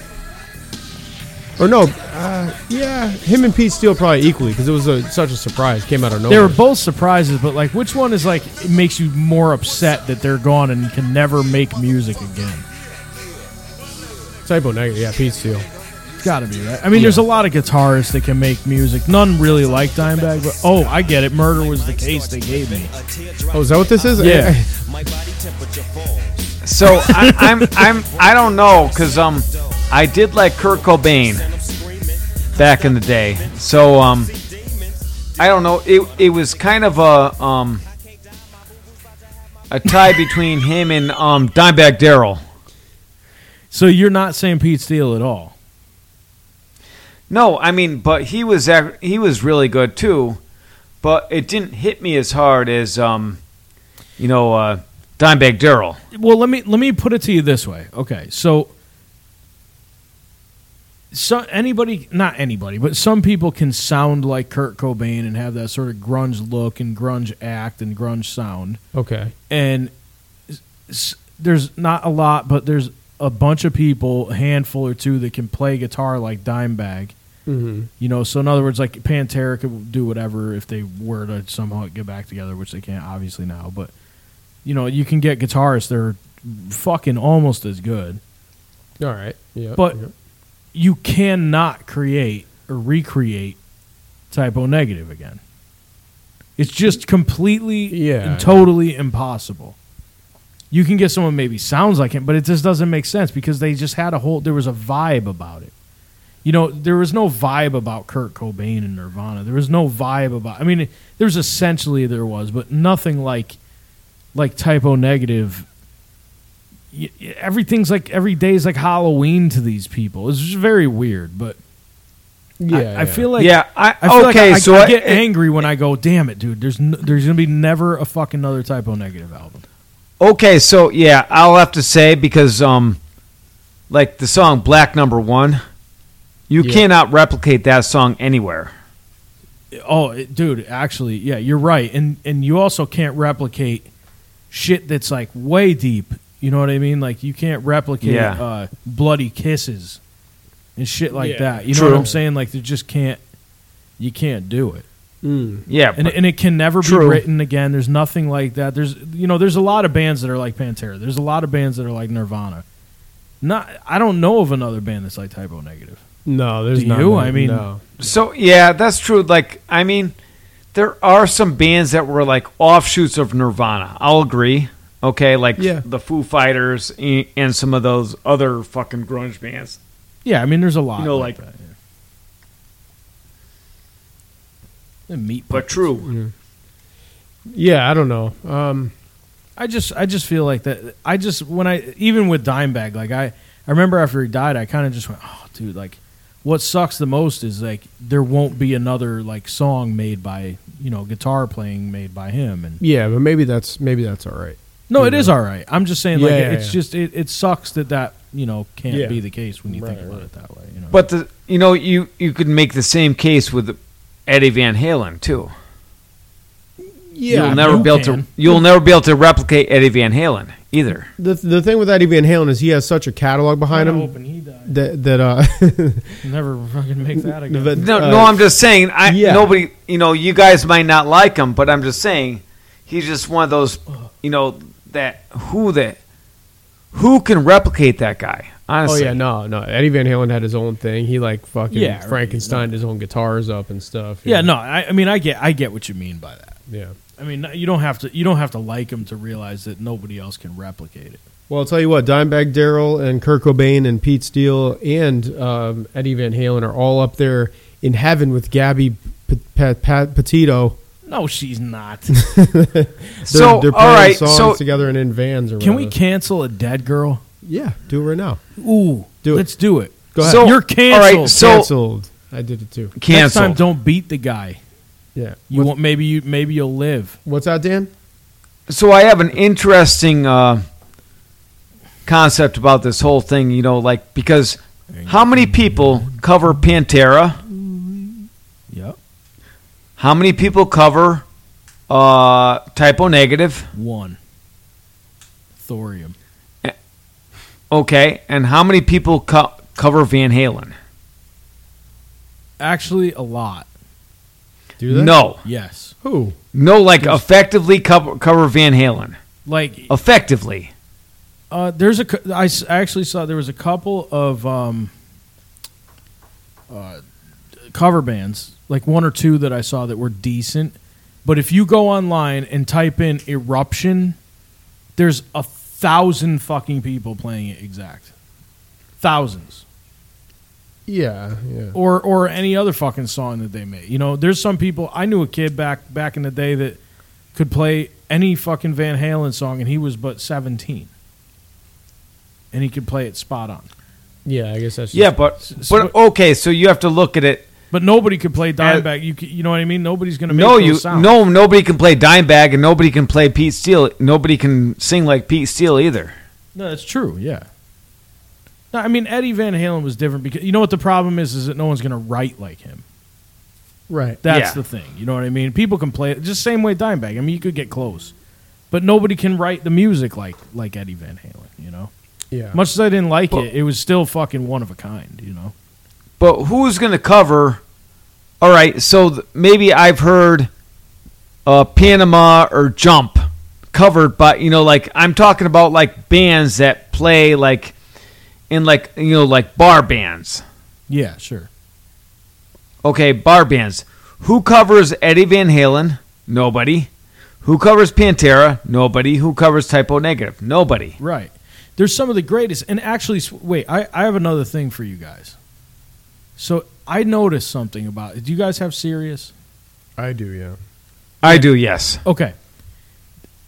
Or no, uh, yeah, him and Pete Steele probably equally because it was a, such a surprise. Came out of
They
nowhere.
were both surprises, but like, which one is like it makes you more upset that they're gone and can never make music again?
typo negative. Yeah, Pete Steele.
It's gotta be right. I mean, there's a lot of guitarists that can make music. None really like Dimebag, but oh, I get it. Murder was the case they gave me.
Oh, is that what this is?
Yeah.
So I, I'm I'm I don't know because um I did like Kurt Cobain back in the day. So um I don't know it it was kind of a um a tie between him and um Dimebag Daryl.
So you're not saying Pete Steele at all?
No, I mean, but he was ac- he was really good too, but it didn't hit me as hard as um you know uh, Dimebag Daryl.
Well, let me let me put it to you this way. Okay, so so anybody, not anybody, but some people can sound like Kurt Cobain and have that sort of grunge look and grunge act and grunge sound.
Okay.
and s- there's not a lot, but there's a bunch of people, a handful or two, that can play guitar like Dimebag.
Mm-hmm.
You know, so in other words, like Pantera could do whatever if they were to somehow get back together, which they can't obviously now. But you know, you can get guitarists; they're fucking almost as good.
All right. Yeah.
But- You cannot create or recreate typo negative again. It's just completely
Yeah.
and totally impossible. You can get someone maybe sounds like him, but it just doesn't make sense because they just had a whole there was a vibe about it. You know, there was no vibe about Kurt Cobain and Nirvana. There was no vibe about I mean, there was essentially there was, but nothing like like typo negative. Y- y- Everything's like every day's like Halloween to these people. It's just very weird, but
yeah,
I, I
yeah.
feel like
yeah. I,
I feel
okay.
like I,
so
I,
I-
get angry when I go, damn it, dude. There's n there's gonna be never a fucking another typo negative album.
Okay, so yeah, I'll have to say because um like the song Black Number 1, you
Yeah.
cannot replicate that song anywhere.
Oh, it- dude, actually, yeah, you're right, and and you also can't replicate shit that's like way deep. You know what I mean? Like you can't replicate
Yeah.
uh, bloody kisses and shit like
Yeah.
that. You know
True.
what I'm saying? Like they just can't. You can't do it.
Mm.
Yeah.
and,
but-
and it can never be
True.
written again. There's nothing like that. There's you know there's a lot of bands that are like Pantera. There's a lot of bands that are like Nirvana. Not I don't know of another band that's like typo negative.
No, there's
Do
not.
you?
many-
I mean-
no.
so yeah, that's true like I mean there are some bands that were like offshoots of Nirvana. I'll agree. Okay, like
Yeah.
the Foo Fighters and, and some of those other fucking grunge bands.
Yeah, I mean there's a lot.
You know,
like,
like-
that. Yeah. The meat,
But true.
yeah, I don't know. Um,
I just I just feel like that. I just when I even with Dimebag, like I I remember after he died, I kind of just went, oh, dude, like. What sucks the most is like there won't be another like song made by you know guitar playing made by him and
yeah, but maybe that's maybe that's all right.
No,
you
it is all right. I'm just saying, like,
Yeah, yeah,
it's
yeah.
just it, it sucks that that you know can't
Yeah.
be the case when you
Right,
think about
right.
it that way. You know,
But the you know, you you could make the same case with Eddie Van Halen too.
Yeah,
you'll never
you
be able
can.
to you'll never be able to replicate Eddie Van Halen either.
the the thing with Eddie Van Halen is he has such a catalog behind him
he died.
that that uh,
Never fucking make that again.
But-
No,
Uh,
no, I'm just saying. I
yeah.
nobody, you know, you guys might not like him, but I'm just saying, he's just one of those, you know, that who that who can replicate that guy?
oh
Honestly,
yeah, no, no. Eddie Van Halen had his own thing. He like fucking
Yeah, right,
Frankenstein his own guitars up and stuff. you
yeah,
know?
no, I, I mean, I get I get what you mean by that.
Yeah.
I mean, you don't have to you don't have to like him to realize that nobody else can replicate it.
Well, I'll tell you what, Dimebag Daryl and Kurt Cobain and Pete Steele and um, Eddie Van Halen are all up there in heaven with Gabby P- P- Pat Petito.
No, she's not.
They're,
So
they're
all
playing
right,
songs
so
together and in vans or
can we
whatever.
cancel a dead girl?
Yeah, do it right now.
Ooh,
Do it.
Let's do it.
Go ahead.
So-
You're canceled.
all right, so-
Cancelled. I did it too.
Next time,
cancel.
don't beat the guy.
Yeah.
You won't, maybe you maybe you'll live.
What's that, Dan?
So I have an interesting uh, concept about this whole thing. You know, like because how many people cover Pantera?
Yep.
How many people cover uh, typo negative?
One. Thorium.
Okay, and how many people co- cover Van Halen?
Actually, a lot.
Do they?
No,
Yes.
Who?
no, like effectively cover, cover Van Halen.
Like
Effectively,
uh, there's a cou- I s- I actually saw there was a couple of um, uh, cover bands, like one or two that I saw that were decent. But if you go online and type in eruption, there's a thousand fucking people playing it exact. Thousands.
Yeah, yeah.
or or any other fucking song that they made. You know, there's some people I knew a kid back back in the day that could play any fucking Van Halen song, and he was but seventeen, and he could play it spot on.
Yeah, I guess that's just,
yeah, but but okay, so you have to look at it.
But nobody could play Dimebag. You c- you know what I mean? Nobody's gonna make
No,
those
you
sounds.
no nobody can play Dimebag and nobody can play Pete Steele. Nobody can sing like Pete Steele either.
no, that's true. Yeah, No, I mean Eddie Van Halen was different because you know what the problem is is that no one's gonna write like him.
Right.
That's
Yeah.
the thing. You know what I mean? People can play it just same way Dimebag. I mean, you could get close, but nobody can write the music like like Eddie Van Halen. You know,
Yeah.
much as I didn't like it, it was still fucking one of a kind. You know,
But who's going to cover? All right, so th- maybe I've heard uh, Panama or Jump covered, but you know, like I'm talking about like bands that play like in like you know like bar bands.
yeah, sure.
Okay, bar bands. Who covers Eddie Van Halen? Nobody. Who covers Pantera? Nobody. Who covers Typo Negative? Nobody.
Right. There's some of the greatest. And actually, s- wait, I, I have another thing for you guys. So I noticed something about Do you guys have Sirius?
I do, yeah.
I do, yes.
Okay.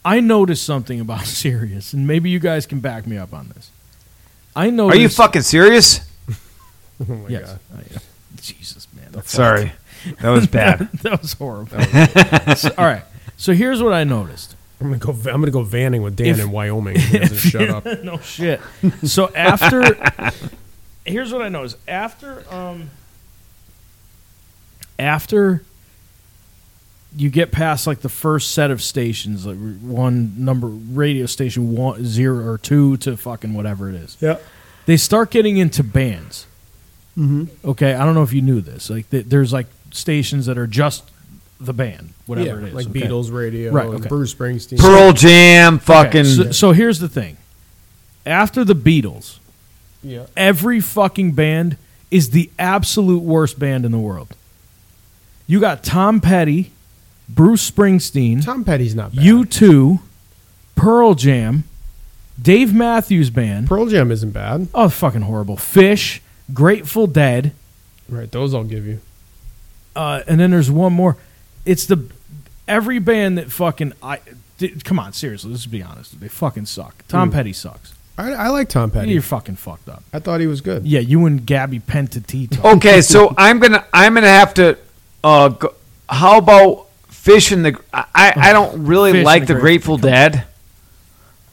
I noticed something about Sirius, and maybe you guys can back me up on this. I
Are
noticed.
you fucking serious?
Oh my
Yes.
god.
I- Jesus, man. the fuck.
Sorry. That was bad.
that was horrible. So- all right. So here's what I noticed.
I'm gonna go. I'm gonna go vanning with Dan
If-
in Wyoming. He doesn't shut up.
no shit. So after, here's what I noticed. After, um, after you get past like the first set of stations, like one number radio station one zero or two to fucking whatever it is,
Yep.
they start getting into bands. Mm-hmm. Okay, I don't know if you knew this. Like, th- there's like stations that are just the band, whatever
yeah,
it is,
like
okay?
Beatles radio,
Right,
and
okay.
Bruce Springsteen.
Pearl Jam, fucking.
Okay, so, so here's the thing. After the Beatles,
Yeah.
every fucking band is the absolute worst band in the world. You got Tom Petty, Bruce Springsteen,
Tom Petty's not bad.
U2, Pearl Jam, Dave Matthews Band.
Pearl Jam isn't bad,
Oh, fucking horrible. Fish, Grateful Dead,
right? Those I'll give you.
uh, and then there's one more. It's the every band that fucking I di- come on seriously. Let's be honest. They fucking suck. Tom Petty sucks.
I, I like Tom Petty.
You're fucking fucked up.
I thought he was good.
Yeah, you and Gabby Pentatito.
Oh.
okay, so I'm gonna I'm gonna have to. Uh, go, how about fish in the? I I I don't really
Oh, Fish in
like
the
the Grateful Dead.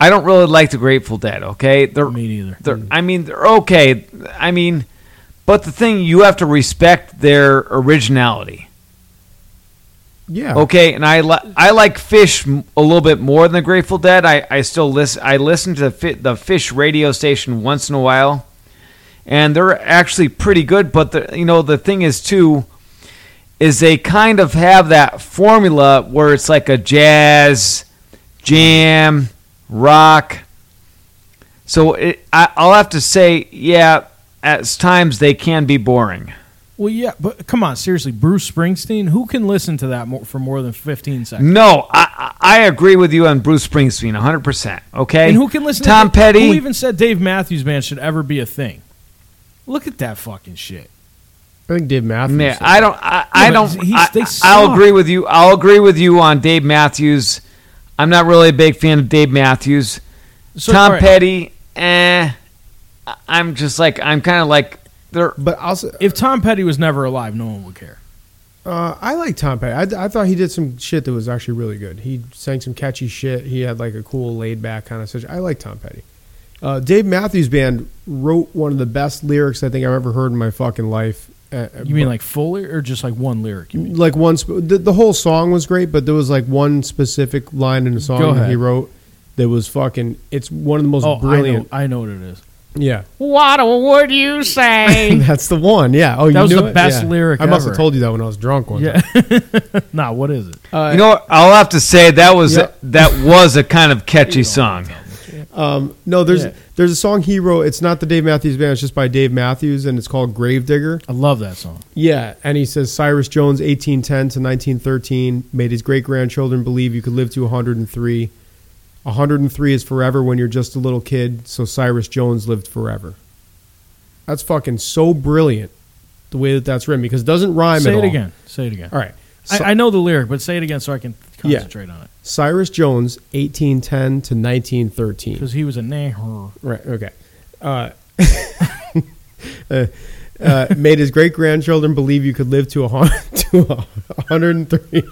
I don't really like the Grateful Dead. Okay, they're
Me neither. Mm.
they're. I mean, they're okay. I mean, but the thing you have to respect their originality.
Yeah.
Okay, and I li- I like Fish m- a little bit more than the Grateful Dead. I, I still listen I listen to the, fi- the Fish radio station once in a while, and they're actually pretty good. But the you know the thing is too, is they kind of have that formula where it's like a jazz, jam, rock. So it, I, I'll have to say, yeah, at times they can be boring.
Well, yeah, but come on, seriously, Bruce Springsteen. Who can listen to that more, for more than fifteen seconds?
No, I I I agree with you on Bruce Springsteen 100%. Okay.
And who can listen?
Tom
to
Petty.
Who even said Dave Matthews Band should ever be a thing? Look at that fucking shit.
I think Dave Matthews.
Man, I don't I, I
but
don't
he's-
I,
they
I'll
suck.
agree with you. I'll agree with you on Dave Matthews. I'm not really a big fan of Dave Matthews.
So, all
Tom
right,
Petty, eh I- I'm just like I'm kind of like they're
but also,
If Tom Petty was never alive, no one would care.
uh, I like Tom Petty. I, I thought he did some shit that was actually really good. He sang some catchy shit. He had like a cool laid back kind of situation. I like Tom Petty. Uh, Dave Matthews Band wrote one of the best lyrics I think I've ever heard in my fucking life. Uh,
You mean like fully or just like one lyric? You mean?
like one sp- the, the whole song was great but there was like one specific line in the song
Go
that he
ahead.
wrote that was fucking it's one of the most
Oh,
brilliant
I know, I know what it is.
yeah
What would you say?
that's the one yeah oh you
was
knew
the
it?
best
Yeah.
lyric
i must
ever.
have told you that when i was drunk one
Yeah.
time.
Nah, what is it?
you know what? I'll have to say that was
Yeah.
that was a kind of catchy song.
um no there's
Yeah.
there's a song he wrote it's not the dave matthews band it's just by dave matthews and it's called gravedigger
I love that song.
Yeah, and he says Cyrus Jones, eighteen ten to nineteen thirteen, made his great grandchildren believe you could live to one hundred and three. One hundred and three is forever when you're just a little kid. So Cyrus Jones lived forever. That's fucking so brilliant, the way that that's written because it doesn't rhyme
Say
at
it
all.
again. Say it again.
All right, So-
I, I know the lyric, but say it again so I can
Yeah.
concentrate on it.
Cyrus Jones, eighteen ten to nineteen thirteen.
Because he was a nahor.
Right. Okay. Uh, uh, uh, made his great grandchildren believe you could live to a hundred to a hundred and three.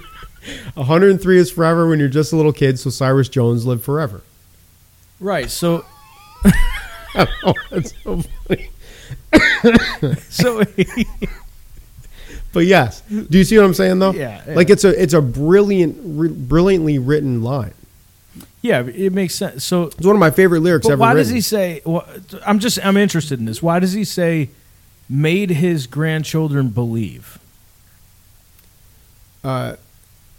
A hundred and three is forever when you're just a little kid. So Cyrus Jones lived forever.
Right. So
Oh, that's so funny.
So
But yes, do you see what I'm saying though?
Yeah, yeah.
Like it's a it's a brilliant, ri- brilliantly written line.
yeah, it makes sense. So
It's one of my favorite lyrics
But
ever.
why does
written.
he say? wh- I'm just I'm interested in this. Why does he say made his grandchildren believe?
Uh,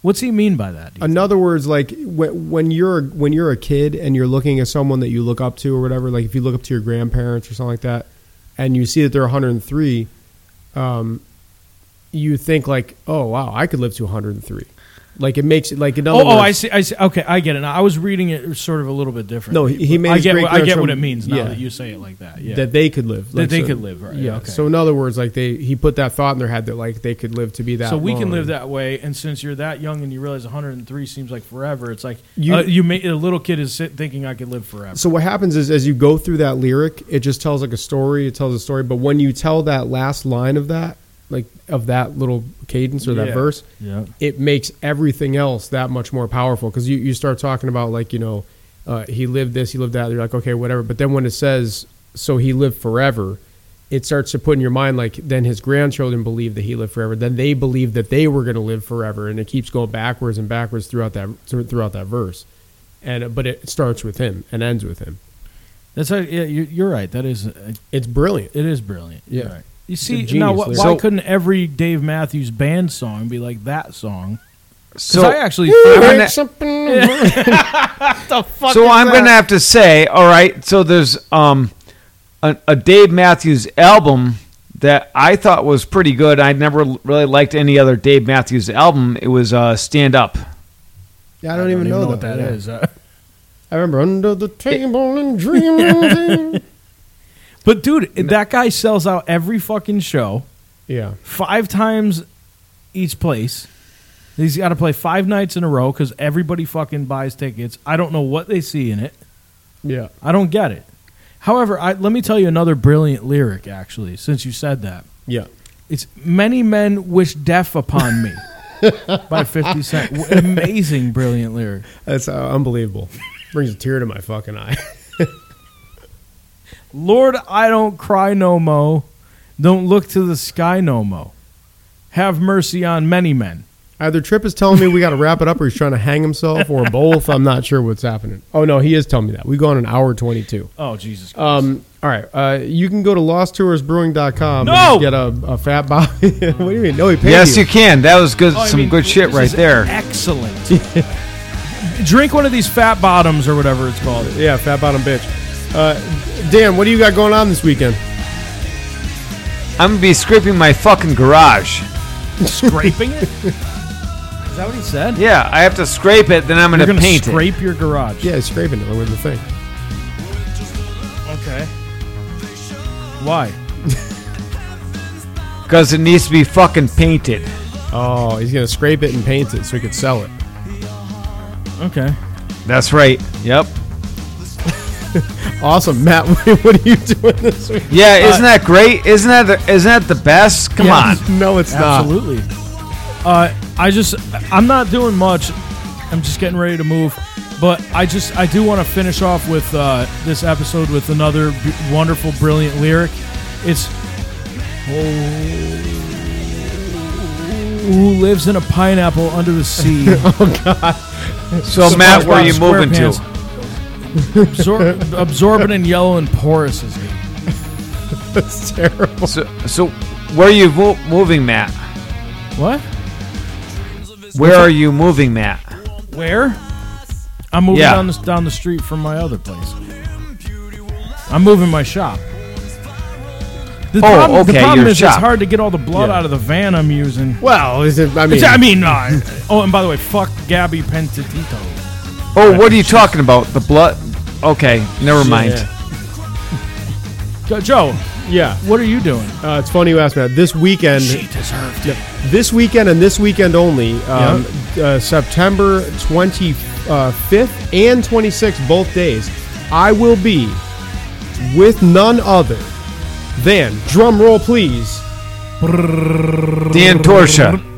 What's he mean by that? do you
in other words, like when, when you're when you're a kid and you're looking at someone that you look up to or whatever, like if you look up to your grandparents or something like that, and you see that they're 103, um, you think like, oh wow, I could live to 103. Like it makes it like in other
Oh,
words,
oh, I see. I see. Okay, I get it. Now. I was reading it sort of a little bit different.
No, he- he made
I
his
get.
great
What, I get what
grandchildren-
it means now
yeah.
that you say it like that. Yeah.
that they could live.
That
Like,
they could live, right,
Yeah.
okay.
So in other words, like they he put that thought in their head that like they could live to be that.
so we can
long.
live that way, and since you're that young and you realize 103 seems like forever, it's like
You-
you. Uh, you may, a little kid is sit, thinking I could live forever.
So what happens is as you go through that lyric, it just tells like a story, it tells a story, but when you tell that last line of that, like of that little cadence or that
Yeah.
verse,
Yeah.
it makes everything else that much more powerful cuz you you start talking about like, you know, uh, he lived this, he lived that. You're like, okay, whatever. But then when it says so he lived forever, it starts to put in your mind like then his grandchildren believe that he lived forever. Then they believe that they were going to live forever, and it keeps going backwards and backwards throughout that throughout that verse. And uh, but it starts with him and ends with him.
That's. A, yeah. You're, you're right. That is. A,
It's brilliant.
It is brilliant.
Yeah.
You're right. You
a
see,
genius
now wh- why
lyric. So-
couldn't every Dave Matthews Band song be like that song?
So
I actually-
I'm gonna-
The fuck
so I'm going to have to say, all right. So there's um a, a Dave Matthews album that I thought was pretty good. I never l- really liked any other Dave Matthews album. It was uh, Stand Up.
Yeah, I don't, even know,
what
that.
that
yeah.
is. Uh,
I remember under the table and dreaming.
but dude, that guy sells out every fucking show
yeah,
five times each place. He's got to play five nights in a row because everybody fucking buys tickets. I don't know what they see in it.
yeah.
I don't get it. However, I, let me tell you another brilliant lyric. Actually, since you said that,
Yeah.
It's Many Men Wish Death Upon Me by 50 Cent. W- Amazing, brilliant lyric.
That's uh, unbelievable. Brings a tear to my fucking eye.
Lord, I don't cry no mo. Don't look to the sky no mo. Have mercy on many men.
Either Trip is telling me we got to wrap it up, or he's trying to hang himself, or both. I'm not sure what's happening. Oh no, he is telling me that. We go on an hour twenty two.
Oh, Jesus Christ.
Um, all right, uh, you can go to losttoursbrewing.com
No!
and get a, a fat body. what do you mean? No, he paid
Yes,
you.
you can. That was good.
Oh, I
Uh, some
mean,
good shit
this
right
is
there.
Excellent. Drink one of these fat bottoms or whatever it's called.
Yeah, fat bottom bitch. Uh, Dan, what do you got going on this weekend?
I'm gonna be scraping my fucking garage.
Scraping it? Is that what he said?
Yeah, I have to scrape it. Then I'm gonna,
You're going to
paint it.
scrape your garage.
Yeah, scraping it with the thing.
Okay. Why?
Because it needs to be fucking painted.
Oh, he's gonna scrape it and paint it so he could sell it.
Okay.
That's right. Yep.
Awesome, Matt. What are you doing this week?
Yeah, isn't that great? Isn't that the, isn't that the best? Come on.
No, it's not.
Absolutely. Uh, I just, I'm not doing much. I'm just getting ready to move. But I just, I do want to finish off with uh, this episode with another b- wonderful, brilliant lyric. It's, who lives in a pineapple under the sea?
So Matt, where are you
SpongeBob
moving to?
Absor- absorbent and yellow and porous is he.
That's terrible.
So, so where are you vo- moving, Matt?
What?
Where are you moving, Matt?
Where? I'm moving
Yeah.
down, the, down the street from my other place. I'm moving my shop.
Oh,
The problem, the
okay,
problem
your
is
shop.
it's hard to get all the blood out of the van I'm using.
Well, is it? I mean,
I mean, uh, oh, and by the way, fuck Gabby Pentatito.
Oh, what are you talking about? The blood? Okay, never mind.
Jo- Joe,
yeah.
what are you doing?
Uh, it's funny you asked me that. This weekend,
deserved it.
this weekend, and this weekend only, um, uh, September 25th and 26th, both days, I will be with none other than, drum roll please,
Dan Torsha.